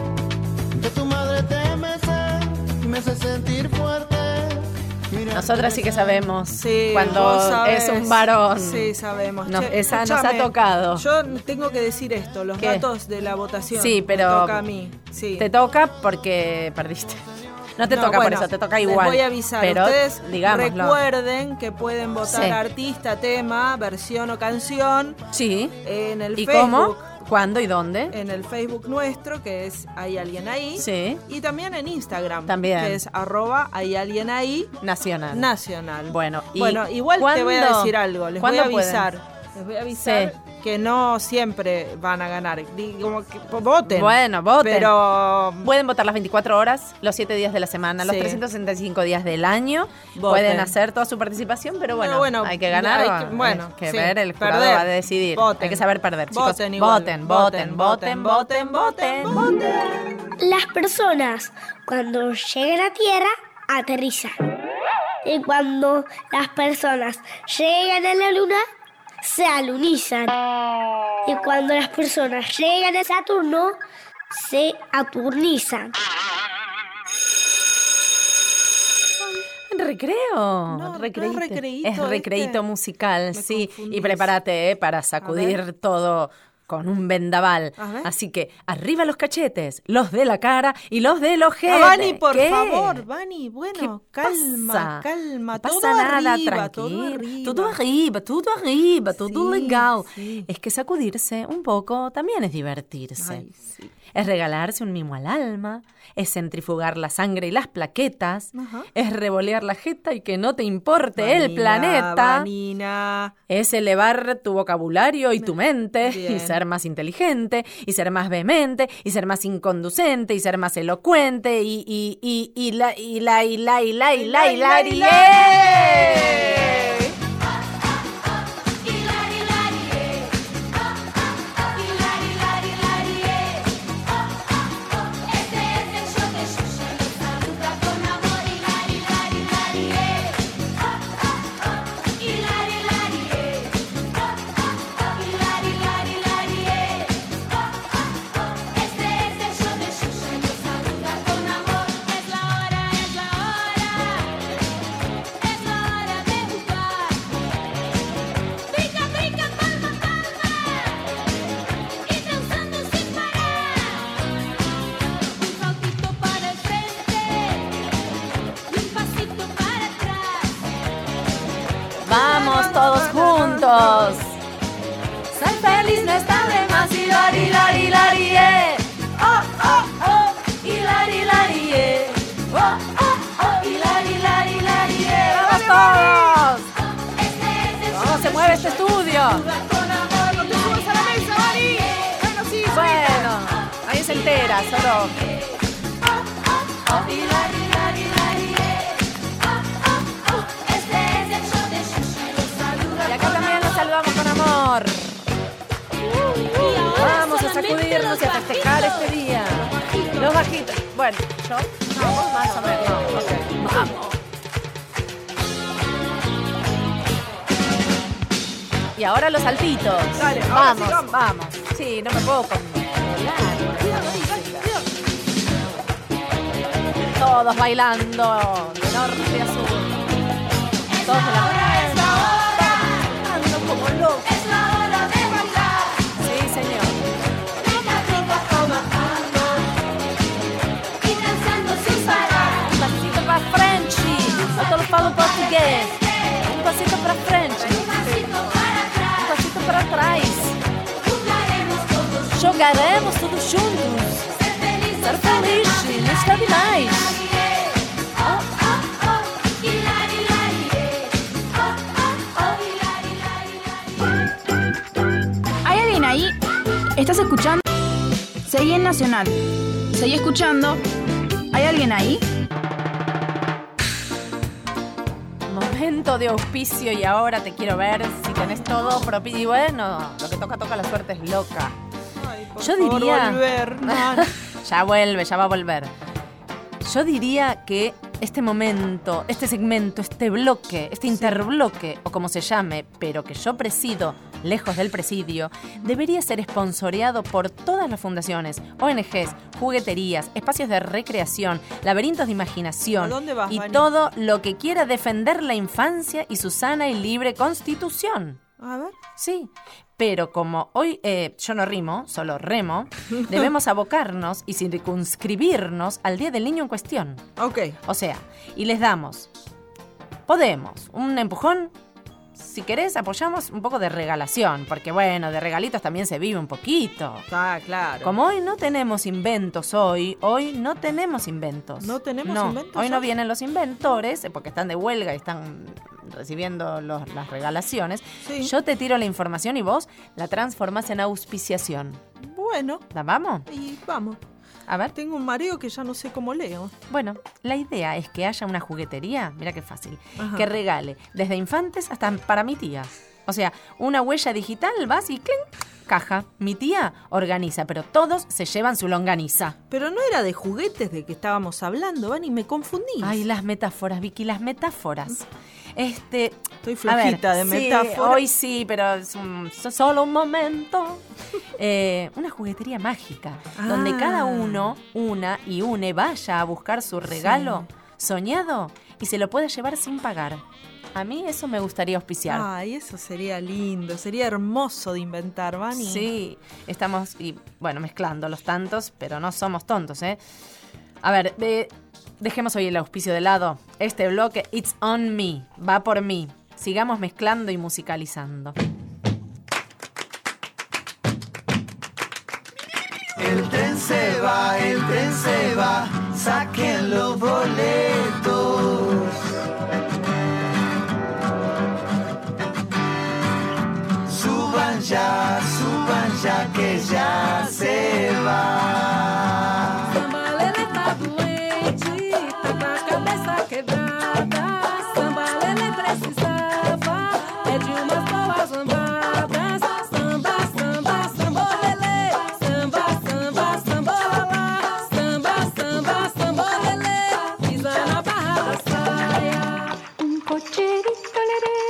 Speaker 13: que tu madre te mece, me hace sentir fuerte. Mira,
Speaker 2: Nosotras sí que sabemos
Speaker 3: Sí,
Speaker 2: cuando
Speaker 3: Eh, vos sabés.
Speaker 2: es un varón.
Speaker 3: Sí, sabemos.
Speaker 2: Nos-
Speaker 3: Che,
Speaker 2: esa nos ha
Speaker 3: escúchame,
Speaker 2: tocado.
Speaker 3: Yo tengo que decir esto, los
Speaker 2: ¿Qué?
Speaker 3: datos de la votación.
Speaker 2: Sí, pero
Speaker 3: Me toca a mí. Sí.
Speaker 2: Te toca porque perdiste. No te
Speaker 3: No,
Speaker 2: toca
Speaker 3: bueno,
Speaker 2: por eso, te toca
Speaker 3: les
Speaker 2: igual.
Speaker 3: voy a avisar.
Speaker 2: Pero
Speaker 3: Ustedes
Speaker 2: digámoslo.
Speaker 3: recuerden que pueden votar
Speaker 2: Sí.
Speaker 3: artista, tema, versión o canción.
Speaker 2: Sí.
Speaker 3: En el
Speaker 2: ¿Y
Speaker 3: Facebook.
Speaker 2: cómo? ¿Cuándo y dónde?
Speaker 3: En el Facebook nuestro, que es Hay Alguien Ahí.
Speaker 2: Sí.
Speaker 3: Y también en Instagram.
Speaker 2: También.
Speaker 3: Que es arroba Hay Alguien Ahí
Speaker 2: Nacional.
Speaker 3: Nacional.
Speaker 2: Bueno, y
Speaker 3: bueno, igual te voy a
Speaker 2: ¿cuándo-
Speaker 3: decir algo. Les voy
Speaker 2: cuándo
Speaker 3: a avisar.
Speaker 2: pueden?
Speaker 3: Les voy a avisar.
Speaker 2: Sí.
Speaker 3: Que no siempre van a ganar. Di- Como que po- voten.
Speaker 2: Bueno, voten.
Speaker 3: Pero.
Speaker 2: Pueden votar las 24 horas, los 7 días de la semana, los
Speaker 3: Sí.
Speaker 2: 365 días del año.
Speaker 3: Voten.
Speaker 2: Pueden hacer toda su participación, pero bueno,
Speaker 3: Pero bueno,
Speaker 2: hay que ganar.
Speaker 3: hay que- bueno,
Speaker 2: hay que
Speaker 3: sí,
Speaker 2: ver, el jurado
Speaker 3: perder.
Speaker 2: va a decidir.
Speaker 3: Voten.
Speaker 2: Hay que saber perder, chicos.
Speaker 3: Voten igual.
Speaker 2: voten, voten, voten, voten, voten.
Speaker 1: Las personas cuando llegan a tierra aterrizan. Y cuando las personas llegan a la luna, se alunizan. Y cuando las personas llegan a Saturno,
Speaker 8: se aturnizan.
Speaker 2: Recreo. recreíto.
Speaker 3: recreíto
Speaker 2: Es recreíto
Speaker 3: este.
Speaker 2: musical, sí. Y prepárate eh, para sacudir todo con un vendaval.
Speaker 3: A ver.
Speaker 2: Así que arriba los cachetes, los de la cara y los del ojete.
Speaker 3: Ah, Vani, por
Speaker 2: ¿Qué?
Speaker 3: favor, Vani, bueno, calma,
Speaker 2: pasa?
Speaker 3: calma,
Speaker 2: No
Speaker 3: todo
Speaker 2: pasa nada,
Speaker 3: arriba, todo
Speaker 2: tranquilo.
Speaker 3: arriba.
Speaker 2: Todo arriba, todo arriba, todo
Speaker 3: Sí,
Speaker 2: legal.
Speaker 3: sí.
Speaker 2: Es que sacudirse un poco también es divertirse.
Speaker 3: Ay,
Speaker 2: Es regalarse un mimo al alma, es centrifugar la sangre y las plaquetas,
Speaker 3: Ajá.
Speaker 2: es revolear la jeta y que no te importe el
Speaker 3: Vanina,
Speaker 2: planeta.
Speaker 3: Vanina.
Speaker 2: Es elevar tu vocabulario y tu mente y
Speaker 3: Bien.
Speaker 2: ser más inteligente y ser más vehemente y ser más inconducente y ser más elocuente y y y y la y la y la y la y la y la y la Vamos todos juntos. Ser feliz no está de más y lari lari lari eh. Oh oh oh y lari lari eh. Oh oh oh y lari lari lari eh. Vamos todos. ¿Cómo se mueve este estudio? Bueno, ahí se entera, solo. Y acá también nos saludamos con amor. Vamos a sacudirnos y a festejar este día. Los bajitos. Bueno, yo. No, vos más o menos. No, ok. Vamos. Y ahora los saltitos.
Speaker 3: Dale, ahora
Speaker 2: vamos,
Speaker 3: sí, vamos.
Speaker 2: vamos. Sí, no me puedo con- Todos bailando de norte a sur. Todos de la mano. Bailando como locos. Sí, señor. Pasito para frente. Eu lo falo português. Um pasito para frente. Um pasito para trás. Jogaremos todos juntos. Ser feliz não está demais. Oh,
Speaker 6: ¿Hay alguien ahí? ¿Estás escuchando? Seguí en Nacional. Seguí escuchando. ¿Hay alguien ahí?
Speaker 2: Momento de auspicio y ahora te quiero ver si tenés todo propio. Y bueno, lo que toca, toca, la suerte es loca. Yo
Speaker 3: favor,
Speaker 2: diría.
Speaker 3: volver,
Speaker 2: ya vuelve, ya va a volver. Yo diría que este momento, este segmento, este bloque, este interbloque, o como se llame, pero que yo presido, lejos del presidio, debería ser esponsoreado por todas las fundaciones, ONGs, jugueterías, espacios de recreación, laberintos de imaginación
Speaker 3: ¿A dónde vas,
Speaker 2: y
Speaker 3: Vani?
Speaker 2: todo lo que quiera defender la infancia y su sana y libre constitución.
Speaker 3: A ver.
Speaker 2: Sí, pero como hoy eh, yo no rimo, solo remo, debemos abocarnos y circunscribirnos al Día del Niño en cuestión.
Speaker 3: Ok.
Speaker 2: O sea, y les damos, podemos, un empujón, si querés apoyamos un poco de regalación, porque bueno, de regalitos también se vive un poquito.
Speaker 3: Ah, claro.
Speaker 2: Como hoy no tenemos inventos hoy, hoy no tenemos inventos.
Speaker 3: ¿No tenemos inventos
Speaker 2: Hoy no
Speaker 3: hoy?
Speaker 2: vienen los inventores eh, porque están de huelga y están recibiendo los- las regalaciones.
Speaker 3: Sí.
Speaker 2: Yo te tiro la información y vos la transformás en auspiciación.
Speaker 3: Bueno,
Speaker 2: ¿La vamos?
Speaker 3: y vamos.
Speaker 2: A ver.
Speaker 3: Tengo un mareo que ya no sé cómo leo.
Speaker 2: Bueno, la idea es que haya una juguetería, mira qué fácil,
Speaker 3: Ajá.
Speaker 2: que regale desde infantes hasta para mi tía. O sea, una huella digital, vas y clink, caja. Mi tía organiza, pero todos se llevan su longaniza.
Speaker 3: Pero no era de juguetes de que estábamos hablando, Vani, me confundí.
Speaker 2: Ay, las metáforas, Vicky, las metáforas. Este. Estoy
Speaker 3: flojita de metáfora.
Speaker 2: hoy sí, pero es un- so- solo un momento. Eh, una juguetería mágica, donde
Speaker 3: Ah.
Speaker 2: cada uno, una y une, vaya a buscar su regalo soñado y se lo puede llevar sin pagar. A mí eso me gustaría auspiciar.
Speaker 3: Ay, eso sería lindo, sería hermoso de inventar, Vani.
Speaker 2: Sí, estamos, y bueno, mezclando los tantos, pero no somos tontos, ¿eh? A ver, eh, dejemos hoy el auspicio de lado. Este bloque, It's on me, va por mí. Sigamos mezclando y musicalizando.
Speaker 13: El tren se va, el tren se va, saquen los boletos. Suban ya, suban ya, que ya se va.
Speaker 7: Samba leletra doente, tanta cabeça quebrada. Samba lele precisava é de umas boas lambadas. Samba, samba, sambolele. Samba, samba, sambolala. Samba, samba, sambolele. Pisa na barra da saia.
Speaker 14: Un cocherito leré,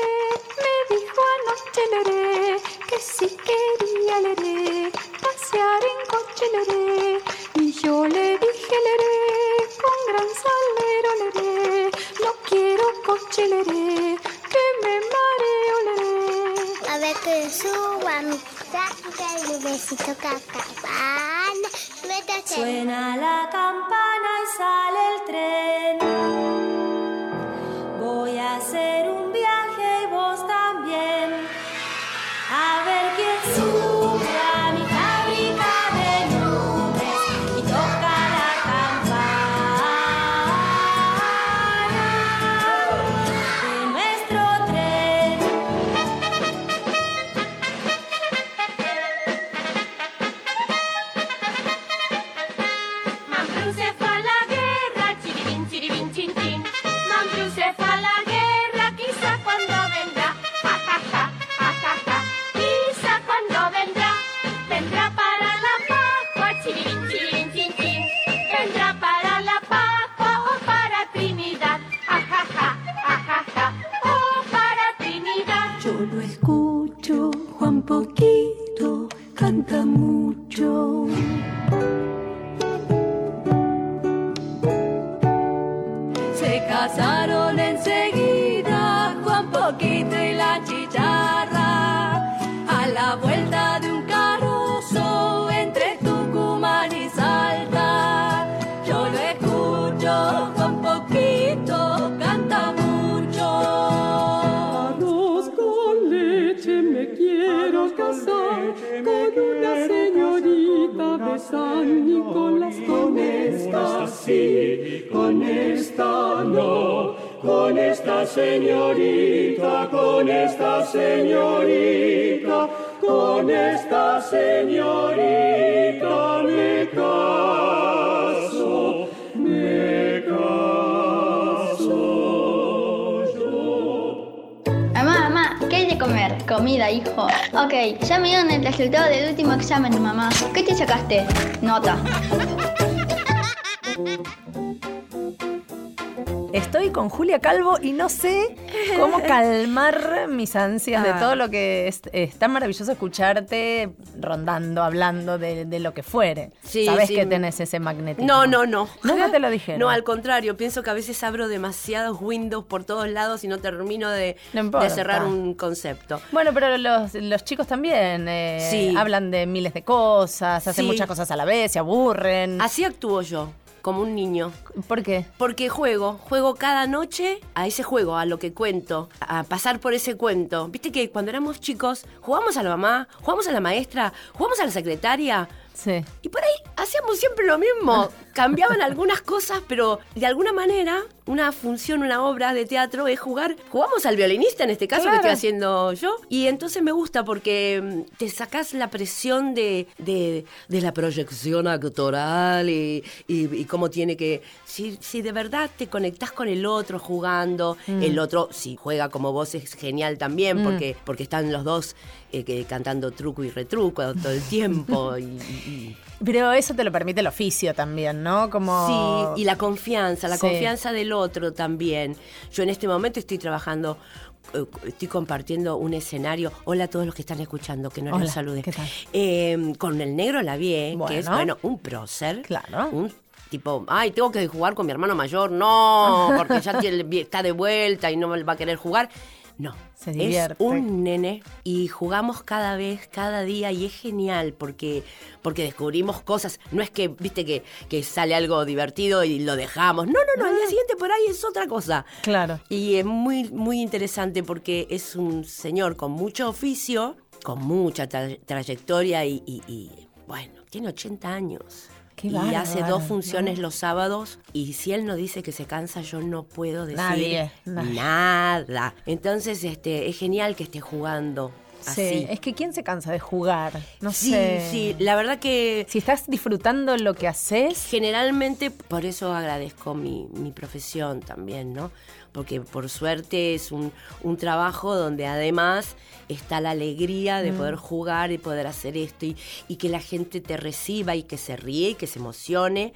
Speaker 14: me dijo anoche leré, que si quería leré, pasear en coche leré. Y yo le dije leré, con gran salero leré, no quiero coche leré, que me mareo leré.
Speaker 1: A ver que suba mi caca y mi besito cacabán. Métase.
Speaker 13: Suena la campana y sale el tren. Voy a hacer un viaje y vos también. A ver quién sube a mi fábrica de nubes y toca la campana de nuestro tren.
Speaker 15: Mambrú se fue a la guerra, chiribín, chiribín, chin, chin. Mambrú se fue a la guerra, quizá cuando vendrá. Ja, ja, ja, ja, ja, ja. Quizá cuando vendrá. Vendrá para la Pascua, chiribín, chiribín, chin, chin. Vendrá para la Pascua o para Trinidad. Ja, ja, ja, ja, ja, ja. O para Trinidad.
Speaker 13: Yo lo escucho, Juan Poquito canta mucho.
Speaker 7: Se casaron enseguida Juan Poquito y la chicharra. A la vuelta de un caruso entre Tucumán y Salta. Yo lo escucho, Juan Poquito canta mucho.
Speaker 4: Arroz con leche me quiero casar con una señorita de San Nicolás. Con esta sí, con esta no, con esta señorita, con esta señorita, con esta señorita me caso, me caso yo.
Speaker 16: Mamá, mamá, ¿qué hay de comer? Comida, hijo. Ok, ya me dieron el resultado del último examen, mamá. ¿Qué te sacaste? Nota.
Speaker 2: Estoy con Julia Calvo y no sé cómo calmar mis ansias de
Speaker 3: Ah.
Speaker 2: todo lo que es, es tan maravilloso escucharte rondando, hablando de, de lo que fuere.
Speaker 17: Sí,
Speaker 2: Sabes
Speaker 17: sí.
Speaker 2: que tenés ese magnetismo.
Speaker 17: No, no, no.
Speaker 2: No, no te lo dijeron.
Speaker 17: No, al contrario, pienso que a veces abro demasiados windows por todos lados y no termino de,
Speaker 2: No
Speaker 17: de
Speaker 2: importa.
Speaker 17: cerrar un concepto.
Speaker 2: Bueno, pero los, los chicos también eh,
Speaker 17: Sí.
Speaker 2: hablan de miles de cosas, hacen
Speaker 17: Sí.
Speaker 2: muchas cosas a la vez, se aburren.
Speaker 17: Así actúo yo, como un niño.
Speaker 2: ¿Por qué?
Speaker 17: Porque juego, juego cada noche a ese juego, a lo que cuento, a pasar por ese cuento. Viste que cuando éramos chicos jugamos a la mamá, jugamos a la maestra, jugamos a la secretaria.
Speaker 2: Sí.
Speaker 17: Y por ahí hacíamos siempre lo mismo. cambiaban algunas cosas, pero de alguna manera una función, una obra de teatro es jugar, jugamos al violinista en este caso que
Speaker 6: Claro.
Speaker 17: estoy haciendo yo, y entonces me gusta porque mm, te sacás la presión de, de- de la proyección actoral y, y- y cómo tiene que, si, si de verdad te conectás con el otro jugando,
Speaker 2: Mm.
Speaker 17: el otro si juega como vos es genial también
Speaker 2: Mm.
Speaker 17: porque, porque están los dos eh, que, cantando truco y retruco todo el tiempo y- y- y
Speaker 2: Pero eso te lo permite el oficio también, ¿no? Como...
Speaker 17: Sí, y la confianza, la
Speaker 2: Sí.
Speaker 17: confianza del otro también. Yo en este momento estoy trabajando, eh, estoy compartiendo un escenario. Hola a todos los que están escuchando, que no
Speaker 2: Hola,
Speaker 17: los salude.
Speaker 2: ¿qué tal?
Speaker 17: Eh, con el negro la vi, eh, que es
Speaker 2: Bueno.
Speaker 17: bueno, un prócer.
Speaker 2: Claro.
Speaker 17: Un tipo, ay, tengo que jugar con mi hermano mayor. No, porque ya tiene- está de vuelta y no me va a querer jugar. No,
Speaker 2: Se divierte.
Speaker 17: es un nene y jugamos cada vez, cada día y es genial porque, porque descubrimos cosas. No es que, viste, que, que sale algo divertido y lo dejamos. No, no, no, al día siguiente por ahí es otra cosa.
Speaker 2: Claro.
Speaker 17: Y es muy, muy interesante porque es un señor con mucho oficio, con mucha tra- trayectoria y, y- y, bueno, tiene 80 años.
Speaker 2: Qué
Speaker 17: y
Speaker 2: bárbaro,
Speaker 17: hace dos funciones
Speaker 2: ¿no?
Speaker 17: los sábados y si él no dice que se cansa, yo no puedo decir
Speaker 2: Nadie, nadie.
Speaker 17: nada. Entonces, este, es genial que esté jugando así.
Speaker 2: Sí, es que ¿quién se cansa de jugar? No
Speaker 17: Sí,
Speaker 2: sé.
Speaker 17: sí, la verdad que...
Speaker 2: Si estás disfrutando lo que haces...
Speaker 17: Generalmente, por eso agradezco mi, mi profesión también, ¿no? Porque por suerte es un, un trabajo donde además está la alegría de
Speaker 2: Mm.
Speaker 17: poder jugar y poder hacer esto y, y que la gente te reciba y que se ríe y que se emocione.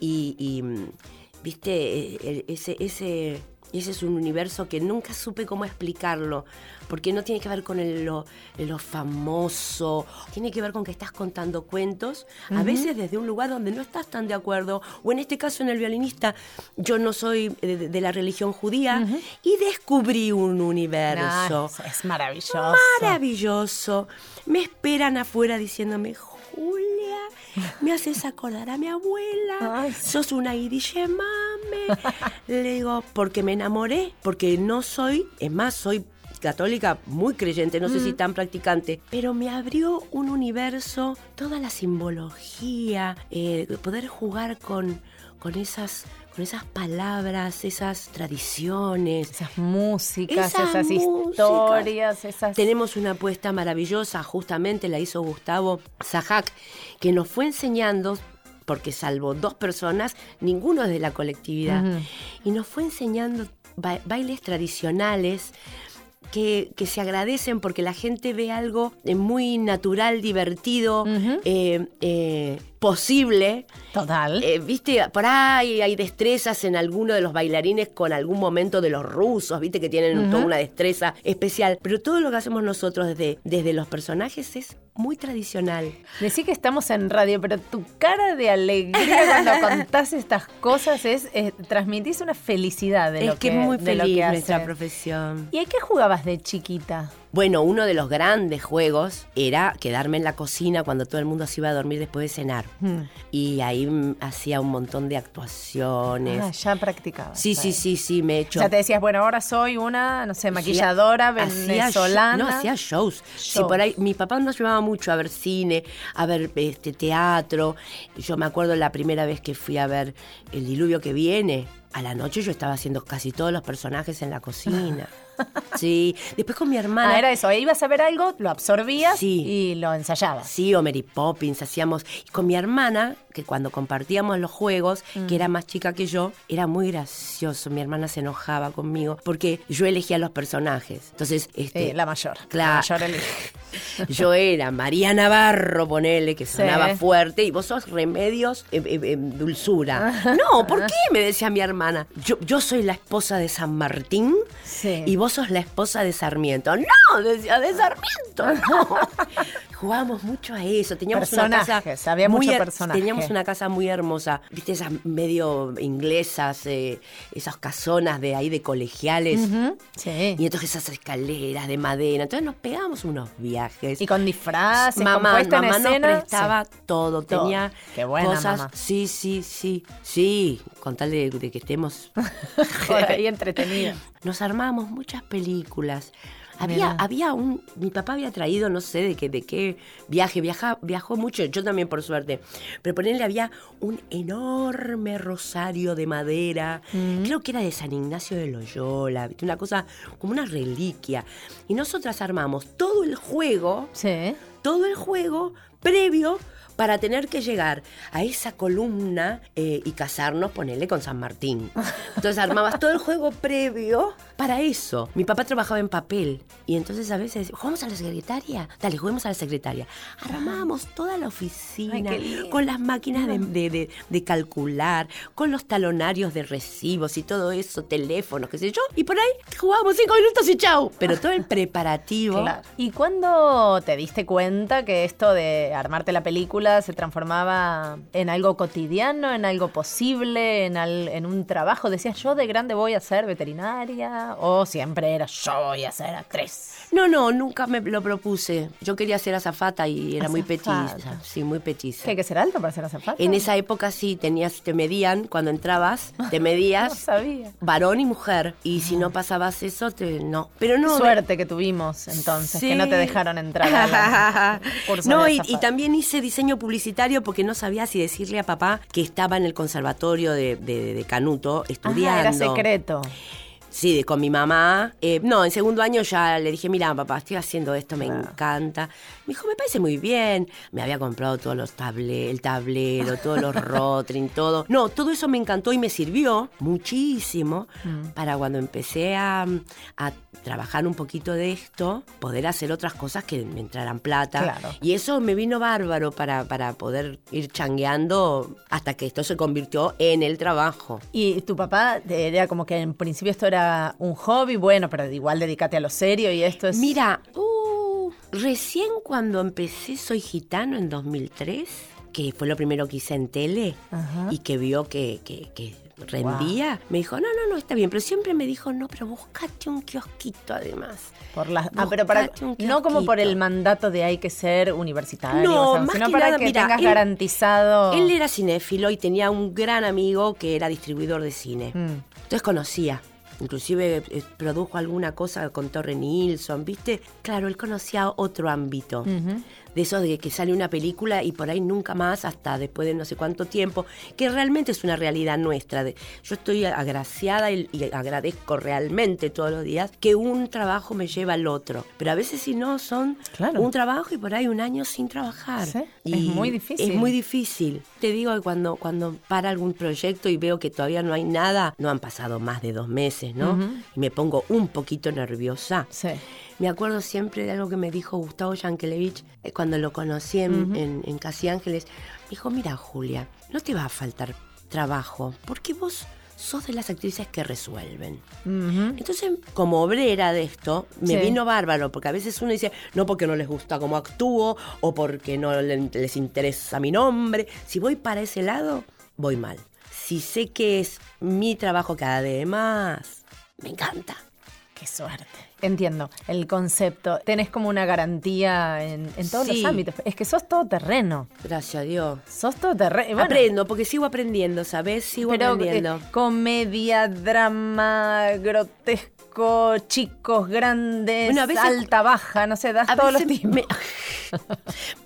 Speaker 17: Y, y, mm, viste, E- e- ese, ese, ese es un universo que nunca supe cómo explicarlo, porque no tiene que ver con el- lo, lo famoso, tiene que ver con que estás contando cuentos, a
Speaker 2: Ujú.
Speaker 17: veces desde un lugar donde no estás tan de acuerdo, o en este caso en el violinista, yo no soy de, de- de la religión judía, y descubrí un universo.
Speaker 2: Nah, es maravilloso.
Speaker 17: Maravilloso. Me esperan afuera diciéndome, Julia, me haces acordar a mi abuela. Sos una guirille mame. Le digo, porque me enamoré, porque no soy, es más, soy católica muy creyente, no sé
Speaker 2: Mm.
Speaker 17: si tan practicante, pero me abrió un universo, toda la simbología, eh, poder jugar con, con esas con esas palabras, esas tradiciones,
Speaker 2: esas músicas, esas historias, esas...
Speaker 17: Tenemos una apuesta maravillosa, justamente la hizo Gustavo Zajac, que nos fue enseñando, porque salvo dos personas, ninguno es de la colectividad,
Speaker 2: Ujú.
Speaker 17: y nos fue enseñando ba- bailes tradicionales, que, que se agradecen porque la gente ve algo eh, muy natural, divertido, eh, eh, posible. Eh,
Speaker 2: Total.
Speaker 17: Viste, por ahí hay destrezas en alguno de los bailarines con algún momento de los rusos, viste que tienen
Speaker 2: Ujú.
Speaker 17: toda una destreza especial. Pero todo lo que hacemos nosotros desde, desde los personajes es muy tradicional.
Speaker 2: Decí que estamos en radio, pero tu cara de alegría cuando contás estas cosas es, eh, transmitís una felicidad de lo
Speaker 17: es que
Speaker 2: que
Speaker 17: es muy
Speaker 2: de lo
Speaker 17: feliz
Speaker 2: que
Speaker 17: nuestra
Speaker 2: haces.
Speaker 17: profesión.
Speaker 2: ¿Y a qué jugabas de chiquita?
Speaker 17: Bueno, uno de los grandes juegos era quedarme en la cocina cuando todo el mundo se iba a dormir después de cenar.
Speaker 2: Ah,
Speaker 17: Y ahí mm, hacía un montón de actuaciones.
Speaker 2: Ah, ya practicabas.
Speaker 17: sí, sí, sí, sí, me he hecho.
Speaker 2: Ya te decías, bueno, ahora soy una, no sé, maquilladora
Speaker 17: Hacía- hacía
Speaker 2: venezolana.
Speaker 17: sh- No, hacía shows. Sí,
Speaker 2: Shows.
Speaker 17: por ahí, mi papá nos llevaba mucho a ver cine, a ver este teatro. Yo me acuerdo la primera vez que fui a ver El diluvio que viene. A la noche yo estaba haciendo casi todos los personajes en la cocina. Sí, después con mi hermana.
Speaker 2: Ah, era eso, ibas a ver algo, lo absorbías
Speaker 17: Sí.
Speaker 2: y lo ensayabas.
Speaker 17: Sí, o Mary Poppins hacíamos. Y con mi hermana, que cuando compartíamos los juegos,
Speaker 2: Mm.
Speaker 17: que era más chica que yo, era muy gracioso. Mi hermana se enojaba conmigo porque yo elegía los personajes. Entonces, este,
Speaker 2: Eh, la mayor. la
Speaker 17: Claro.
Speaker 2: mayor elige.
Speaker 17: yo era María Navarro, ponele, que sonaba
Speaker 2: Sí.
Speaker 17: fuerte, y vos sos remedios eh, eh, eh, dulzura.
Speaker 2: Ah.
Speaker 17: No, ¿por qué? Me decía mi hermana. Yo, yo soy la esposa de San Martín y vos sos la esposa de Sarmiento. No, decía de Sarmiento, no. Jugábamos mucho a eso, teníamos una
Speaker 2: Personajes,
Speaker 17: casa
Speaker 2: había
Speaker 17: muy
Speaker 2: mucho
Speaker 17: her-
Speaker 2: personaje.
Speaker 17: Teníamos una casa muy hermosa, viste esas medio inglesas, eh, esas casonas de ahí de colegiales.
Speaker 2: Ujú, Sí.
Speaker 17: Y entonces esas escaleras de madera. Entonces nos pegábamos unos viajes.
Speaker 2: Y con disfraces,
Speaker 17: mamá,
Speaker 2: con puesta en
Speaker 17: mamá
Speaker 2: escena.
Speaker 17: nos prestaba
Speaker 2: Sí.
Speaker 17: todo.
Speaker 2: Todo.
Speaker 17: Tenía
Speaker 2: Qué buena
Speaker 17: cosas.
Speaker 2: mamá.
Speaker 17: Sí, sí, sí. Sí, con tal de, de que estemos
Speaker 2: Por ahí entretenido.
Speaker 17: Nos armábamos muchas películas. Había,
Speaker 2: Mira.
Speaker 17: había un. Mi papá había traído, no sé de qué, de qué viaje, viaja, viajó mucho, yo también por suerte. Pero ponerle había un enorme rosario de madera. Creo que era de San Ignacio de Loyola, ¿viste? una cosa, como una reliquia. Y nosotras armamos todo el juego. Todo el juego previo para tener que llegar a esa columna eh, y casarnos, ponerle con San Martín. Entonces armabas todo el juego previo para eso. Mi papá trabajaba en papel y entonces a veces, ¿jugamos a la secretaria? Dale, juguemos a la secretaria. Armábamos toda la oficina con las máquinas de, de- de- de calcular, con los talonarios de recibos y todo eso, teléfonos, qué sé yo. Y por ahí jugábamos cinco minutos y chau. Pero todo el preparativo.
Speaker 2: Claro. ¿Y cuándo te diste cuenta que esto de armarte la película se transformaba en algo cotidiano, en algo posible, en, al- en un trabajo? ¿Decías yo de grande voy a ser veterinaria? ¿O siempre era yo voy a ser actriz?
Speaker 17: No, no, nunca me lo propuse. Yo quería ser azafata y era muy
Speaker 2: Azafata.
Speaker 17: petiza. Sí, muy petiza.
Speaker 2: ¿Qué hay que ser alto para ser azafata?
Speaker 17: En esa época sí, tenías, te medían cuando entrabas, te
Speaker 2: No
Speaker 17: medías
Speaker 2: sabía.
Speaker 17: varón y mujer. Y si no pasabas eso, te, no. Pero no.
Speaker 2: Suerte que tuvimos entonces, que no te
Speaker 17: Sí.
Speaker 2: dejaron entrar. al curso
Speaker 17: no,
Speaker 2: de
Speaker 17: y,
Speaker 2: azafata.
Speaker 17: y también hice diseño publicitario porque no sabía si decirle a papá que estaba en el conservatorio de, de- de Canuto estudiando.
Speaker 2: Ajá, Ah, era secreto.
Speaker 17: Sí, de- con mi mamá. Eh, no, en segundo año ya le dije, mira, papá, estoy haciendo esto, me encanta. Me dijo, me parece muy bien. Me había comprado todos los tableros, el tablero, todos los Rotring, todo. No, todo eso me encantó y me sirvió muchísimo para cuando empecé a, a trabajar un poquito de esto, poder hacer otras cosas que me entraran plata.
Speaker 2: Claro.
Speaker 17: Y eso me vino bárbaro para, para poder ir changueando hasta que esto se convirtió en el trabajo.
Speaker 2: Y tu papá eh, era como que en principio esto era un hobby, bueno, pero igual dedícate a lo serio y esto es...
Speaker 17: Mira, Recién cuando empecé Soy Gitano en 2003, que fue lo primero que hice en tele
Speaker 2: Ajá.
Speaker 17: y que vio que, que- que rendía, me dijo, no, no, no, está bien, pero siempre me dijo, no, pero búscate un kiosquito además.
Speaker 2: Por las, ah, pero para,
Speaker 17: Buscate un
Speaker 2: no como por el mandato de hay que ser universitario, o sea, sino para que
Speaker 17: mira,
Speaker 2: tengas
Speaker 17: él-
Speaker 2: garantizado.
Speaker 17: Él era cinéfilo y tenía un gran amigo que era distribuidor de
Speaker 2: Mm.
Speaker 17: cine. Entonces conocía. Inclusive eh, produjo alguna cosa con Torre Nilsson, ¿viste? Claro, él conocía otro ámbito.
Speaker 2: Ujú.
Speaker 17: De esos de que sale una película y por ahí nunca más, hasta después de no sé cuánto tiempo, que realmente es una realidad nuestra. De- Yo estoy agraciada y, y agradezco realmente todos los días que un trabajo me lleva al otro. Pero a veces si no, son
Speaker 2: Claro.
Speaker 17: un trabajo y por ahí un año sin trabajar.
Speaker 2: Sí, ¿eh? es
Speaker 17: Y
Speaker 2: muy difícil.
Speaker 17: Es muy difícil. Te digo que cuando, cuando para algún proyecto y veo que todavía no hay nada, no han pasado más de dos meses, ¿no?
Speaker 2: Ujú.
Speaker 17: Y me pongo un poquito nerviosa.
Speaker 2: Sí.
Speaker 17: Me acuerdo siempre de algo que me dijo Gustavo Yankelevich eh, cuando lo conocí en,
Speaker 2: Ujú.
Speaker 17: en- en Casi Ángeles. Me dijo, mira Julia, no te va a faltar trabajo porque vos sos de las actrices que resuelven. Entonces, como obrera de esto, me
Speaker 2: Sí.
Speaker 17: vino bárbaro, porque a veces uno dice, no porque no les gusta cómo actúo o porque no le- les interesa mi nombre. Si voy para ese lado, voy mal. Si sé que es mi trabajo que además me encanta.
Speaker 2: Qué suerte. Entiendo el concepto. Tenés como una garantía en, en todos
Speaker 17: Sí.
Speaker 2: los ámbitos. Es que sos todo terreno.
Speaker 17: Gracias a Dios.
Speaker 2: Sos todo terreno.
Speaker 17: Aprendo, porque sigo aprendiendo, ¿sabes? Sigo
Speaker 2: Pero,
Speaker 17: aprendiendo.
Speaker 2: eh, comedia, drama, grotesco, chicos grandes,
Speaker 17: Bueno, a veces-
Speaker 2: alta, baja, no sé, das
Speaker 17: a
Speaker 2: todos los
Speaker 17: veces
Speaker 2: tipos.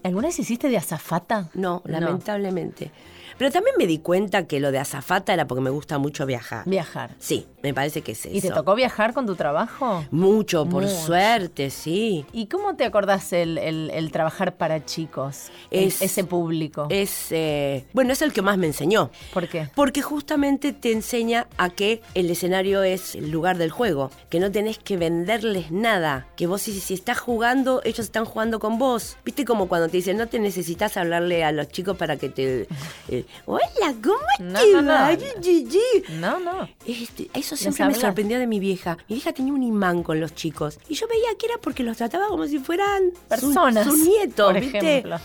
Speaker 2: ¿Alguna vez hiciste de azafata?
Speaker 17: No, lamentablemente. Pero también me di cuenta que lo de azafata era porque me gusta mucho viajar.
Speaker 2: Viajar.
Speaker 17: Sí, me parece que es eso.
Speaker 2: ¿Y te tocó viajar con tu trabajo?
Speaker 17: Mucho, por
Speaker 2: Mucho.
Speaker 17: suerte, sí.
Speaker 2: ¿Y cómo te acordás el, el- el trabajar para chicos? El-
Speaker 17: Es-
Speaker 2: ese público.
Speaker 17: Es, eh, bueno, es el que más me enseñó.
Speaker 2: ¿Por qué?
Speaker 17: Porque justamente te enseña a que el escenario es el lugar del juego, que no tenés que venderles nada, que vos si, si estás jugando, ellos están jugando con vos. Viste como cuando te dicen, no te necesitas hablarle a los chicos para que te... eh, Hola, ¿cómo
Speaker 2: No,
Speaker 17: te
Speaker 2: no, no.
Speaker 17: va? Gigi?"
Speaker 2: No, no.
Speaker 17: Este, eso
Speaker 2: Les
Speaker 17: siempre me
Speaker 2: hablas.
Speaker 17: sorprendió de mi vieja. Mi vieja tenía un imán con los chicos y yo veía que era porque los trataba como si fueran su-
Speaker 2: Personas,
Speaker 17: su, nieto,
Speaker 2: por
Speaker 17: ¿viste?
Speaker 2: ejemplo.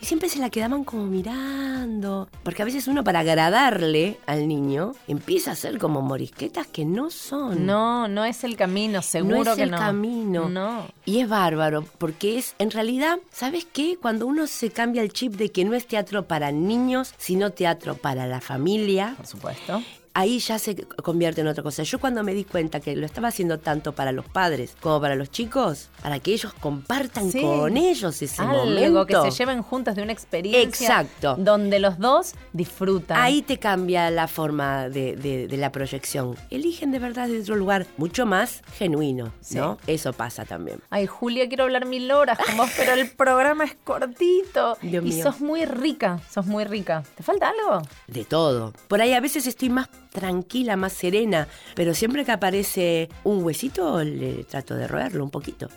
Speaker 17: Y siempre se la quedaban como mirando. Porque a veces uno para agradarle al niño empieza a hacer como morisquetas que no son.
Speaker 2: No, no es el camino, seguro
Speaker 17: es
Speaker 2: que
Speaker 17: el
Speaker 2: no.
Speaker 17: camino.
Speaker 2: No.
Speaker 17: Y es bárbaro, porque es, en realidad, ¿sabes qué? Cuando uno se cambia el chip de que no es teatro para niños, sino teatro para la familia,
Speaker 2: Por supuesto.
Speaker 17: ahí ya se convierte en otra cosa. Yo cuando me di cuenta que lo estaba haciendo tanto para los padres como para los chicos, para que ellos compartan
Speaker 2: Sí.
Speaker 17: con ellos ese
Speaker 2: Algo
Speaker 17: momento.
Speaker 2: que se lleven juntas de una experiencia.
Speaker 17: Exacto.
Speaker 2: Donde los dos disfrutan.
Speaker 17: Ahí te cambia la forma de, de- de la proyección. Eligen de verdad desde otro lugar mucho más genuino, ¿no? Eso pasa también.
Speaker 2: Ay, Julia, quiero hablar mil horas con vos, pero el programa es cortito.
Speaker 17: Dios
Speaker 2: y
Speaker 17: mío.
Speaker 2: sos muy rica, sos muy rica. ¿Te falta algo?
Speaker 17: De todo. Por ahí a veces estoy más tranquila, más serena, pero siempre que aparece un huesito le trato de roerlo un poquito.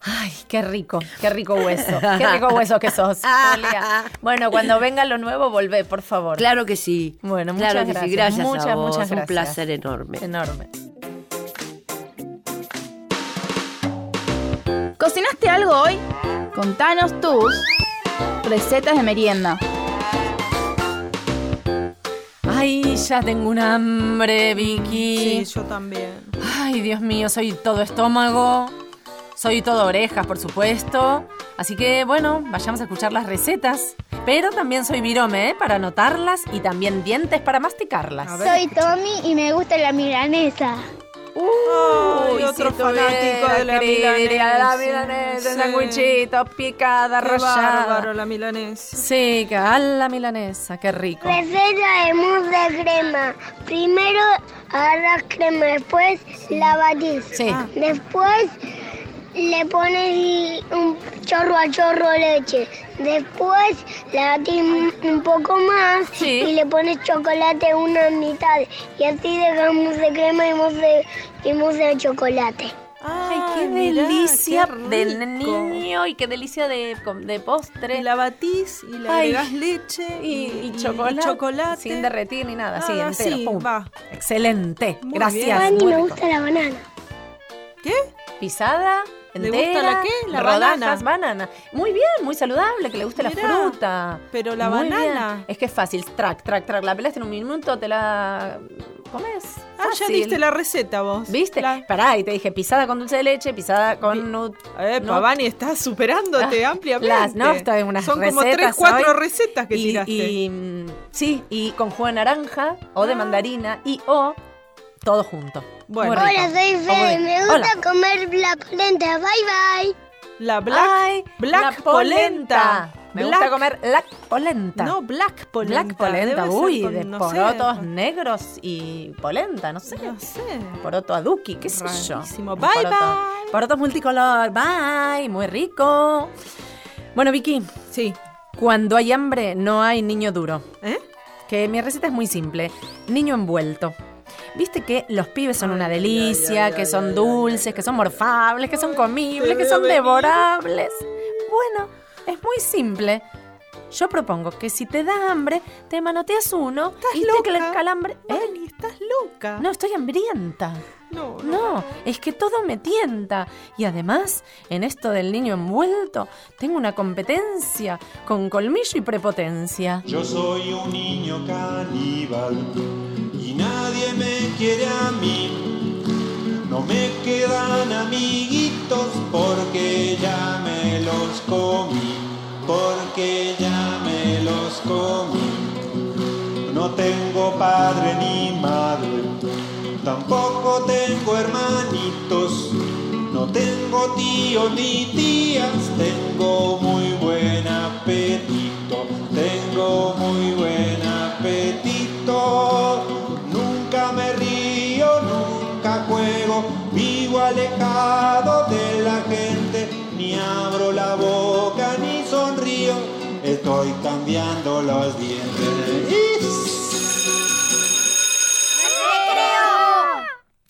Speaker 2: Ay, qué rico, qué rico hueso. Qué rico hueso que sos, Julia. Bueno, cuando venga lo nuevo, volvé, por favor.
Speaker 17: Claro que sí.
Speaker 2: Bueno, muchas
Speaker 17: Claro que
Speaker 2: gracias.
Speaker 17: sí, gracias a
Speaker 2: Muchas,
Speaker 17: vos.
Speaker 2: muchas
Speaker 17: Un
Speaker 2: gracias.
Speaker 17: placer enorme.
Speaker 2: Enorme.
Speaker 6: ¿Cocinaste algo hoy? Contanos tus recetas de merienda.
Speaker 2: Ay, ya tengo un hambre,
Speaker 3: Sí,
Speaker 2: Vicky.
Speaker 3: yo también.
Speaker 2: Ay, Dios mío, soy todo estómago. Soy todo orejas, por supuesto. Así que, bueno, vayamos a escuchar las recetas. Pero también soy virome, ¿eh? Para anotarlas y también dientes para masticarlas.
Speaker 8: Soy Tommy y me gusta la milanesa.
Speaker 2: Uy,
Speaker 3: otro
Speaker 2: si tuviera
Speaker 3: fanático de la
Speaker 2: querida,
Speaker 3: milanesa.
Speaker 2: La milanesa,
Speaker 3: Sí.
Speaker 2: sanguchito, picada,
Speaker 3: Qué
Speaker 2: rallada.
Speaker 3: bárbaro la milanesa.
Speaker 2: Sí, que a la milanesa, qué rico.
Speaker 8: Receta de mousse de crema. Primero agarras crema, después la batís.
Speaker 2: Sí. Ah.
Speaker 8: Después le pones un chorro a chorro leche. Después la batís un- un poco más y le pones chocolate a una mitad. Y así dejas mousse de crema y mousse de, y mousse de chocolate.
Speaker 2: Ay, Ah, qué delicia del niño y qué delicia de, de postre.
Speaker 3: La batís y le
Speaker 2: Ay.
Speaker 3: agregás leche
Speaker 2: y, y
Speaker 3: y
Speaker 2: chocolate,
Speaker 3: chocolate.
Speaker 2: Sin derretir ni nada, sí,
Speaker 3: Nada,
Speaker 2: entero.
Speaker 3: sí,
Speaker 2: pum.
Speaker 3: va.
Speaker 2: Excelente.
Speaker 3: Muy
Speaker 2: Gracias.
Speaker 3: bien.
Speaker 2: Muy
Speaker 8: me
Speaker 2: rico.
Speaker 8: gusta la banana.
Speaker 2: Pisada.
Speaker 3: ¿Le
Speaker 2: entera,
Speaker 3: gusta la qué? La
Speaker 2: rodajas, banana. Muy bien, muy saludable, que le guste
Speaker 3: Mirá,
Speaker 2: la fruta.
Speaker 3: pero la
Speaker 2: Muy bien.
Speaker 3: banana.
Speaker 2: Es que es fácil. Track, track, track. La pelaste en un minuto, te la comes.
Speaker 3: Ah, ya
Speaker 2: Fácil.
Speaker 3: diste la receta vos.
Speaker 2: ¿Viste? Pará, y te dije pisada con dulce de leche, pisada con nut.
Speaker 3: Eh,
Speaker 2: nut-
Speaker 3: Pavani, estás superándote
Speaker 2: Ah,
Speaker 3: ampliamente.
Speaker 2: Las, no, está en unas
Speaker 3: Son como
Speaker 2: recetas
Speaker 3: tres, cuatro
Speaker 2: hoy.
Speaker 3: recetas que
Speaker 2: y,
Speaker 3: tiraste.
Speaker 2: y, mm, sí, y con jugo de naranja o
Speaker 3: Ah.
Speaker 2: de mandarina y o todo junto. Muy rico.
Speaker 8: Hola, soy
Speaker 2: O
Speaker 8: Fede.
Speaker 2: muy-
Speaker 8: Me gusta
Speaker 2: Hola.
Speaker 8: comer la polenta. Bye bye.
Speaker 3: La black,
Speaker 2: Ay,
Speaker 3: black
Speaker 2: la
Speaker 3: polenta.
Speaker 2: Me
Speaker 3: Black-
Speaker 2: gusta comer black polenta.
Speaker 3: No, black polenta.
Speaker 2: Black polenta,
Speaker 3: Debe ser
Speaker 2: uy,
Speaker 3: con,
Speaker 2: de
Speaker 3: no sé,
Speaker 2: porotos negros y polenta, no sé.
Speaker 3: No sé.
Speaker 2: Poroto aduki, qué sé yo.
Speaker 3: Rarísimo.
Speaker 2: Un
Speaker 3: Bye,
Speaker 2: poroto- Porotos multicolor, bye, muy rico. Bueno, Vicky.
Speaker 3: Sí.
Speaker 2: Cuando hay hambre, no hay niño duro.
Speaker 3: ¿Eh?
Speaker 2: Que mi receta es muy simple. Niño envuelto. Viste que los pibes son una delicia, que son dulces, que son morfables, que son comibles, que son devorables. Bueno, es muy simple. Yo propongo que si te da hambre, te manoteas uno y te cala- calambre. ¿Eh?
Speaker 3: estás loca.
Speaker 2: No, estoy hambrienta.
Speaker 3: No,
Speaker 2: no, es que todo me tienta. Y además, en esto del niño envuelto, tengo una competencia con colmillo y prepotencia.
Speaker 18: Yo soy un niño caníbal y nadie me quiere a mí. No me quedan amiguitos porque ya me los comí, porque ya me los comí. No tengo padre ni madre, tampoco tengo hermanitos, no tengo tío ni tías, tengo muy buen apetito, tengo muy buen apetito. Nunca me río, nunca juego, vivo alejado de la gente, ni abro la boca ni sonrío, estoy cambiando los dientes.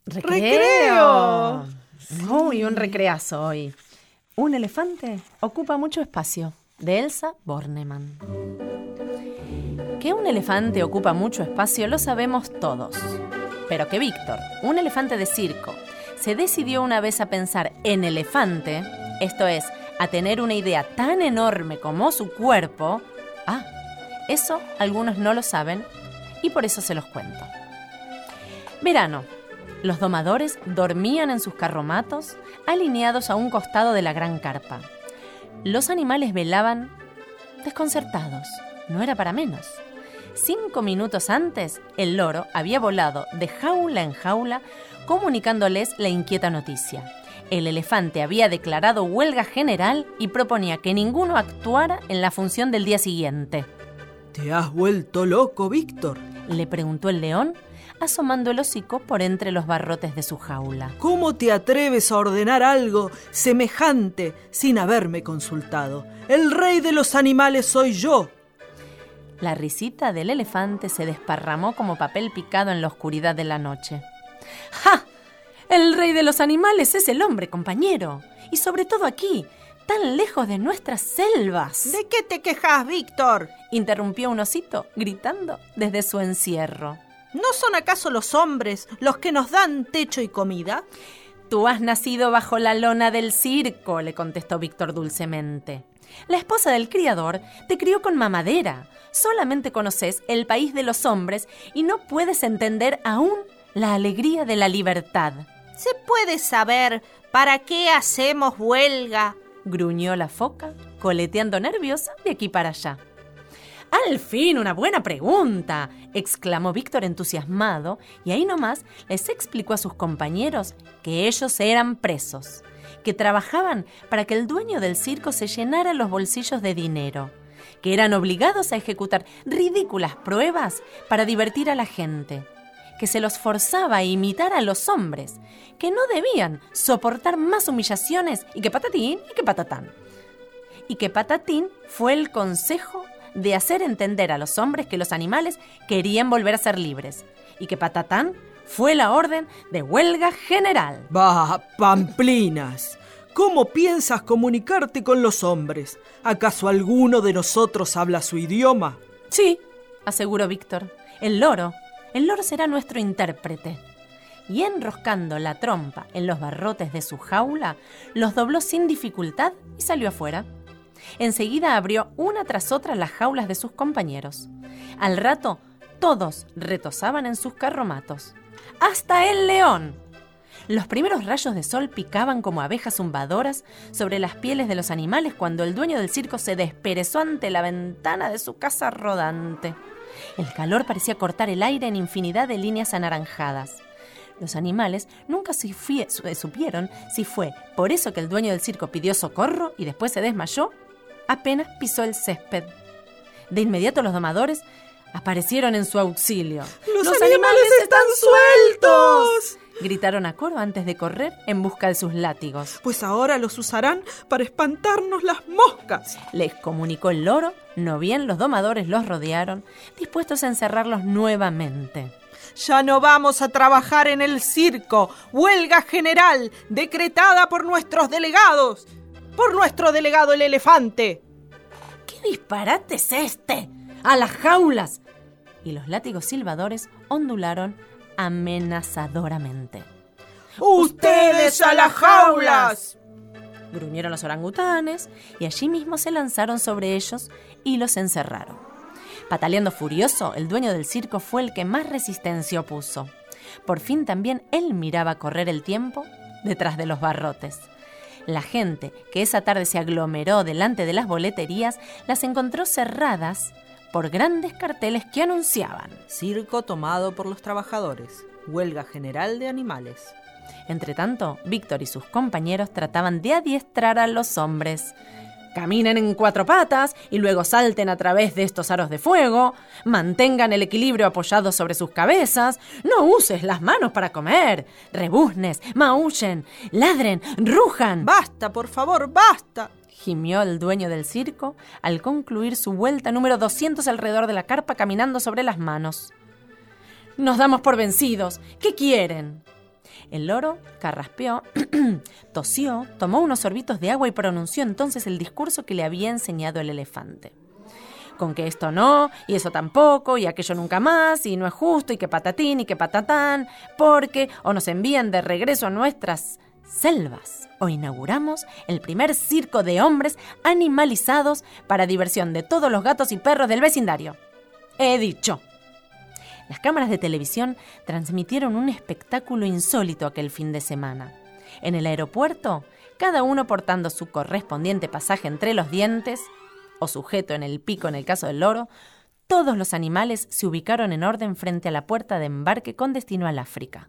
Speaker 2: ¡Recreo! Uy, un recreazo hoy. Un elefante ocupa mucho espacio. De Elsa Bornemann. Que un elefante ocupa mucho espacio lo sabemos todos. Pero que Víctor, un elefante de circo, se decidió una vez a pensar en elefante, esto es, a tener una idea tan enorme como su cuerpo, ah, eso algunos no lo saben y por eso se los cuento. Verano. Los domadores dormían en sus carromatos, alineados a un costado de la gran carpa. Los animales velaban desconcertados. No era para menos. Cinco minutos antes, el loro había volado de jaula en jaula comunicándoles la inquieta noticia. El elefante había declarado huelga general y proponía que ninguno actuara en la función del día siguiente.
Speaker 4: ¿Te has vuelto loco, Víctor?
Speaker 2: Le preguntó el león, asomando el hocico por entre los barrotes de su jaula.
Speaker 4: ¿Cómo te atreves a ordenar algo semejante sin haberme consultado? El rey de los animales soy yo.
Speaker 2: La risita del elefante se desparramó como papel picado en la oscuridad de la noche. ¡Ja! El rey de los animales es el hombre, compañero. Y sobre todo aquí, tan lejos de nuestras selvas.
Speaker 3: ¿De qué te quejas, Víctor?
Speaker 2: Interrumpió un osito, gritando desde su encierro.
Speaker 3: ¿No son acaso los hombres los que nos dan techo y comida?
Speaker 2: Tú has nacido bajo la lona del circo, le contestó Víctor dulcemente. La esposa del criador te crió con mamadera. Solamente conoces el país de los hombres y no puedes entender aún la alegría de la libertad.
Speaker 3: ¿Se puede saber para qué hacemos huelga?
Speaker 2: gruñó la foca, coleteando nerviosa de aquí para allá. Al fin, una buena pregunta, exclamó Víctor entusiasmado, y ahí nomás les explicó a sus compañeros que ellos eran presos, que trabajaban para que el dueño del circo se llenara los bolsillos de dinero, que eran obligados a ejecutar ridículas pruebas para divertir a la gente, que se los forzaba a imitar a los hombres, que no debían soportar más humillaciones y que patatín y que patatán. Y que patatín fue el consejo de hacer entender a los hombres que los animales querían volver a ser libres y que patatán fue la orden de huelga general.
Speaker 4: Bah, pamplinas. ¿Cómo piensas comunicarte con los hombres? ¿Acaso alguno de nosotros habla su idioma?
Speaker 2: Sí, aseguró Víctor. El loro, el loro será nuestro intérprete. Y enroscando la trompa en los barrotes de su jaula, los dobló sin dificultad y salió afuera. Enseguida abrió una tras otra las jaulas de sus compañeros. Al rato, todos retosaban en sus carromatos. ¡Hasta el león! Los primeros rayos de sol picaban como abejas zumbadoras sobre las pieles de los animales cuando el dueño del circo se desperezó ante la ventana de su casa rodante. El calor parecía cortar el aire en infinidad de líneas anaranjadas. Los animales nunca eh, supieron si fue por eso que el dueño del circo pidió socorro y después se desmayó, apenas pisó el césped. De inmediato los domadores aparecieron en su auxilio.
Speaker 19: ¡Los, ¡Los animales, animales, están sueltos!
Speaker 2: Gritaron a coro antes de correr en busca de sus látigos.
Speaker 4: Pues ahora los usarán para espantarnos las moscas.
Speaker 2: Les comunicó el loro, no bien los domadores los rodearon, dispuestos a encerrarlos nuevamente.
Speaker 3: Ya no vamos a trabajar en el circo. Huelga general, decretada por nuestros delegados. Por nuestro delegado el elefante.
Speaker 2: ¿Qué disparate es este? A las jaulas. Y los látigos silbadores ondularon amenazadoramente.
Speaker 19: ¡Ustedes a las jaulas!
Speaker 2: Gruñeron los orangutanes y allí mismo se lanzaron sobre ellos y los encerraron. Pataleando furioso, el dueño del circo fue el que más resistencia opuso. Por fin también él miraba correr el tiempo detrás de los barrotes. La gente que esa tarde se aglomeró delante de las boleterías las encontró cerradas por grandes carteles que anunciaban
Speaker 3: Circo tomado por los trabajadores, huelga general de animales.
Speaker 2: Entretanto, Víctor y sus compañeros trataban de adiestrar a los hombres, caminen en cuatro patas y luego salten a través de estos aros de fuego, mantengan el equilibrio apoyado sobre sus cabezas, no uses las manos para comer, rebuznes, maullen, ladren, rujan.
Speaker 3: Basta, por favor, basta.
Speaker 2: Gimió el dueño del circo al concluir su vuelta número 200 alrededor de la carpa caminando sobre las manos. Nos damos por vencidos. ¿Qué quieren? El loro carraspeó, tosió, tomó unos sorbitos de agua y pronunció entonces el discurso que le había enseñado el elefante. Con que esto no, y eso tampoco, y aquello nunca más, y no es justo, y que patatín, y que patatán, porque o nos envían de regreso a nuestras selvas, o inauguramos el primer circo de hombres animalizados para diversión de todos los gatos y perros del vecindario. He dicho. Las cámaras de televisión transmitieron un espectáculo insólito aquel fin de semana. En el aeropuerto, cada uno portando su correspondiente pasaje entre los dientes, o sujeto en el pico en el caso del loro, todos los animales se ubicaron en orden frente a la puerta de embarque con destino al África.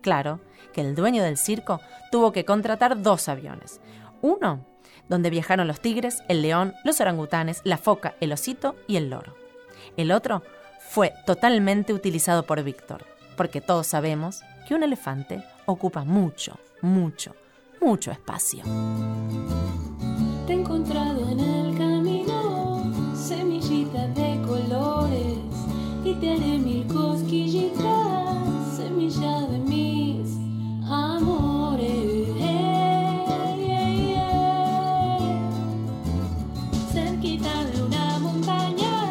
Speaker 2: Claro que el dueño del circo tuvo que contratar dos aviones. Uno, donde viajaron los tigres, el león, los orangutanes, la foca, el osito y el loro. El otro fue totalmente utilizado por Víctor, porque todos sabemos que un elefante ocupa mucho, mucho, mucho espacio.
Speaker 7: Te he encontrado en el camino, semillita de colores, y te haré mil cosquillitas, semilla de mis amores. Ey, ey, ey. Cerquita de una montaña,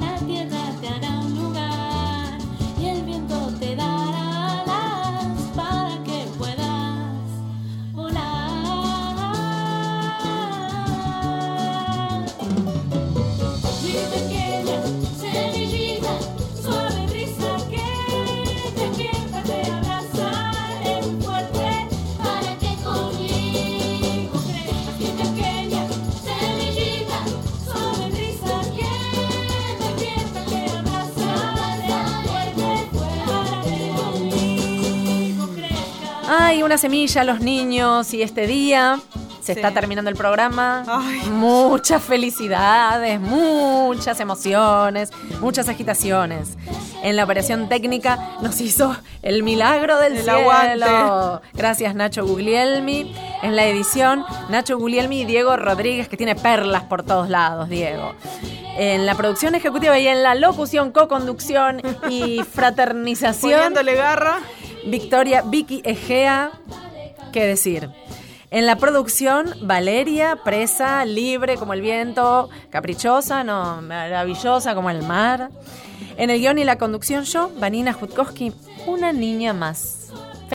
Speaker 7: la tierra te hará un lugar, y el viento te dará alas para que puedas volar. Mi pequeña semillita, suave brisa que te quiera te abrazaré fuerte para que conmigo creas. Mi pequeña semillita, suave brisa que te quiera te abrazaré fuerte para que conmigo crezcas.
Speaker 2: Hay una semilla, los niños y este día. Se está terminando el programa. Muchas felicidades, muchas emociones, muchas agitaciones. En la operación técnica nos hizo el milagro del
Speaker 3: El
Speaker 2: cielo.
Speaker 3: aguante.
Speaker 2: Gracias Nacho Guglielmi. En la edición, Nacho Guglielmi y Diego Rodríguez, que tiene perlas por todos lados, Diego. En la producción ejecutiva y en la locución, co-conducción y fraternización.
Speaker 3: Poniéndole
Speaker 2: garra. Victoria Vicky Egea. ¿Qué decir? En la producción, Valeria, presa, libre como el viento, caprichosa, no, maravillosa como el mar. En el guión y la conducción, yo, Vanina Jutkowski, una niña más.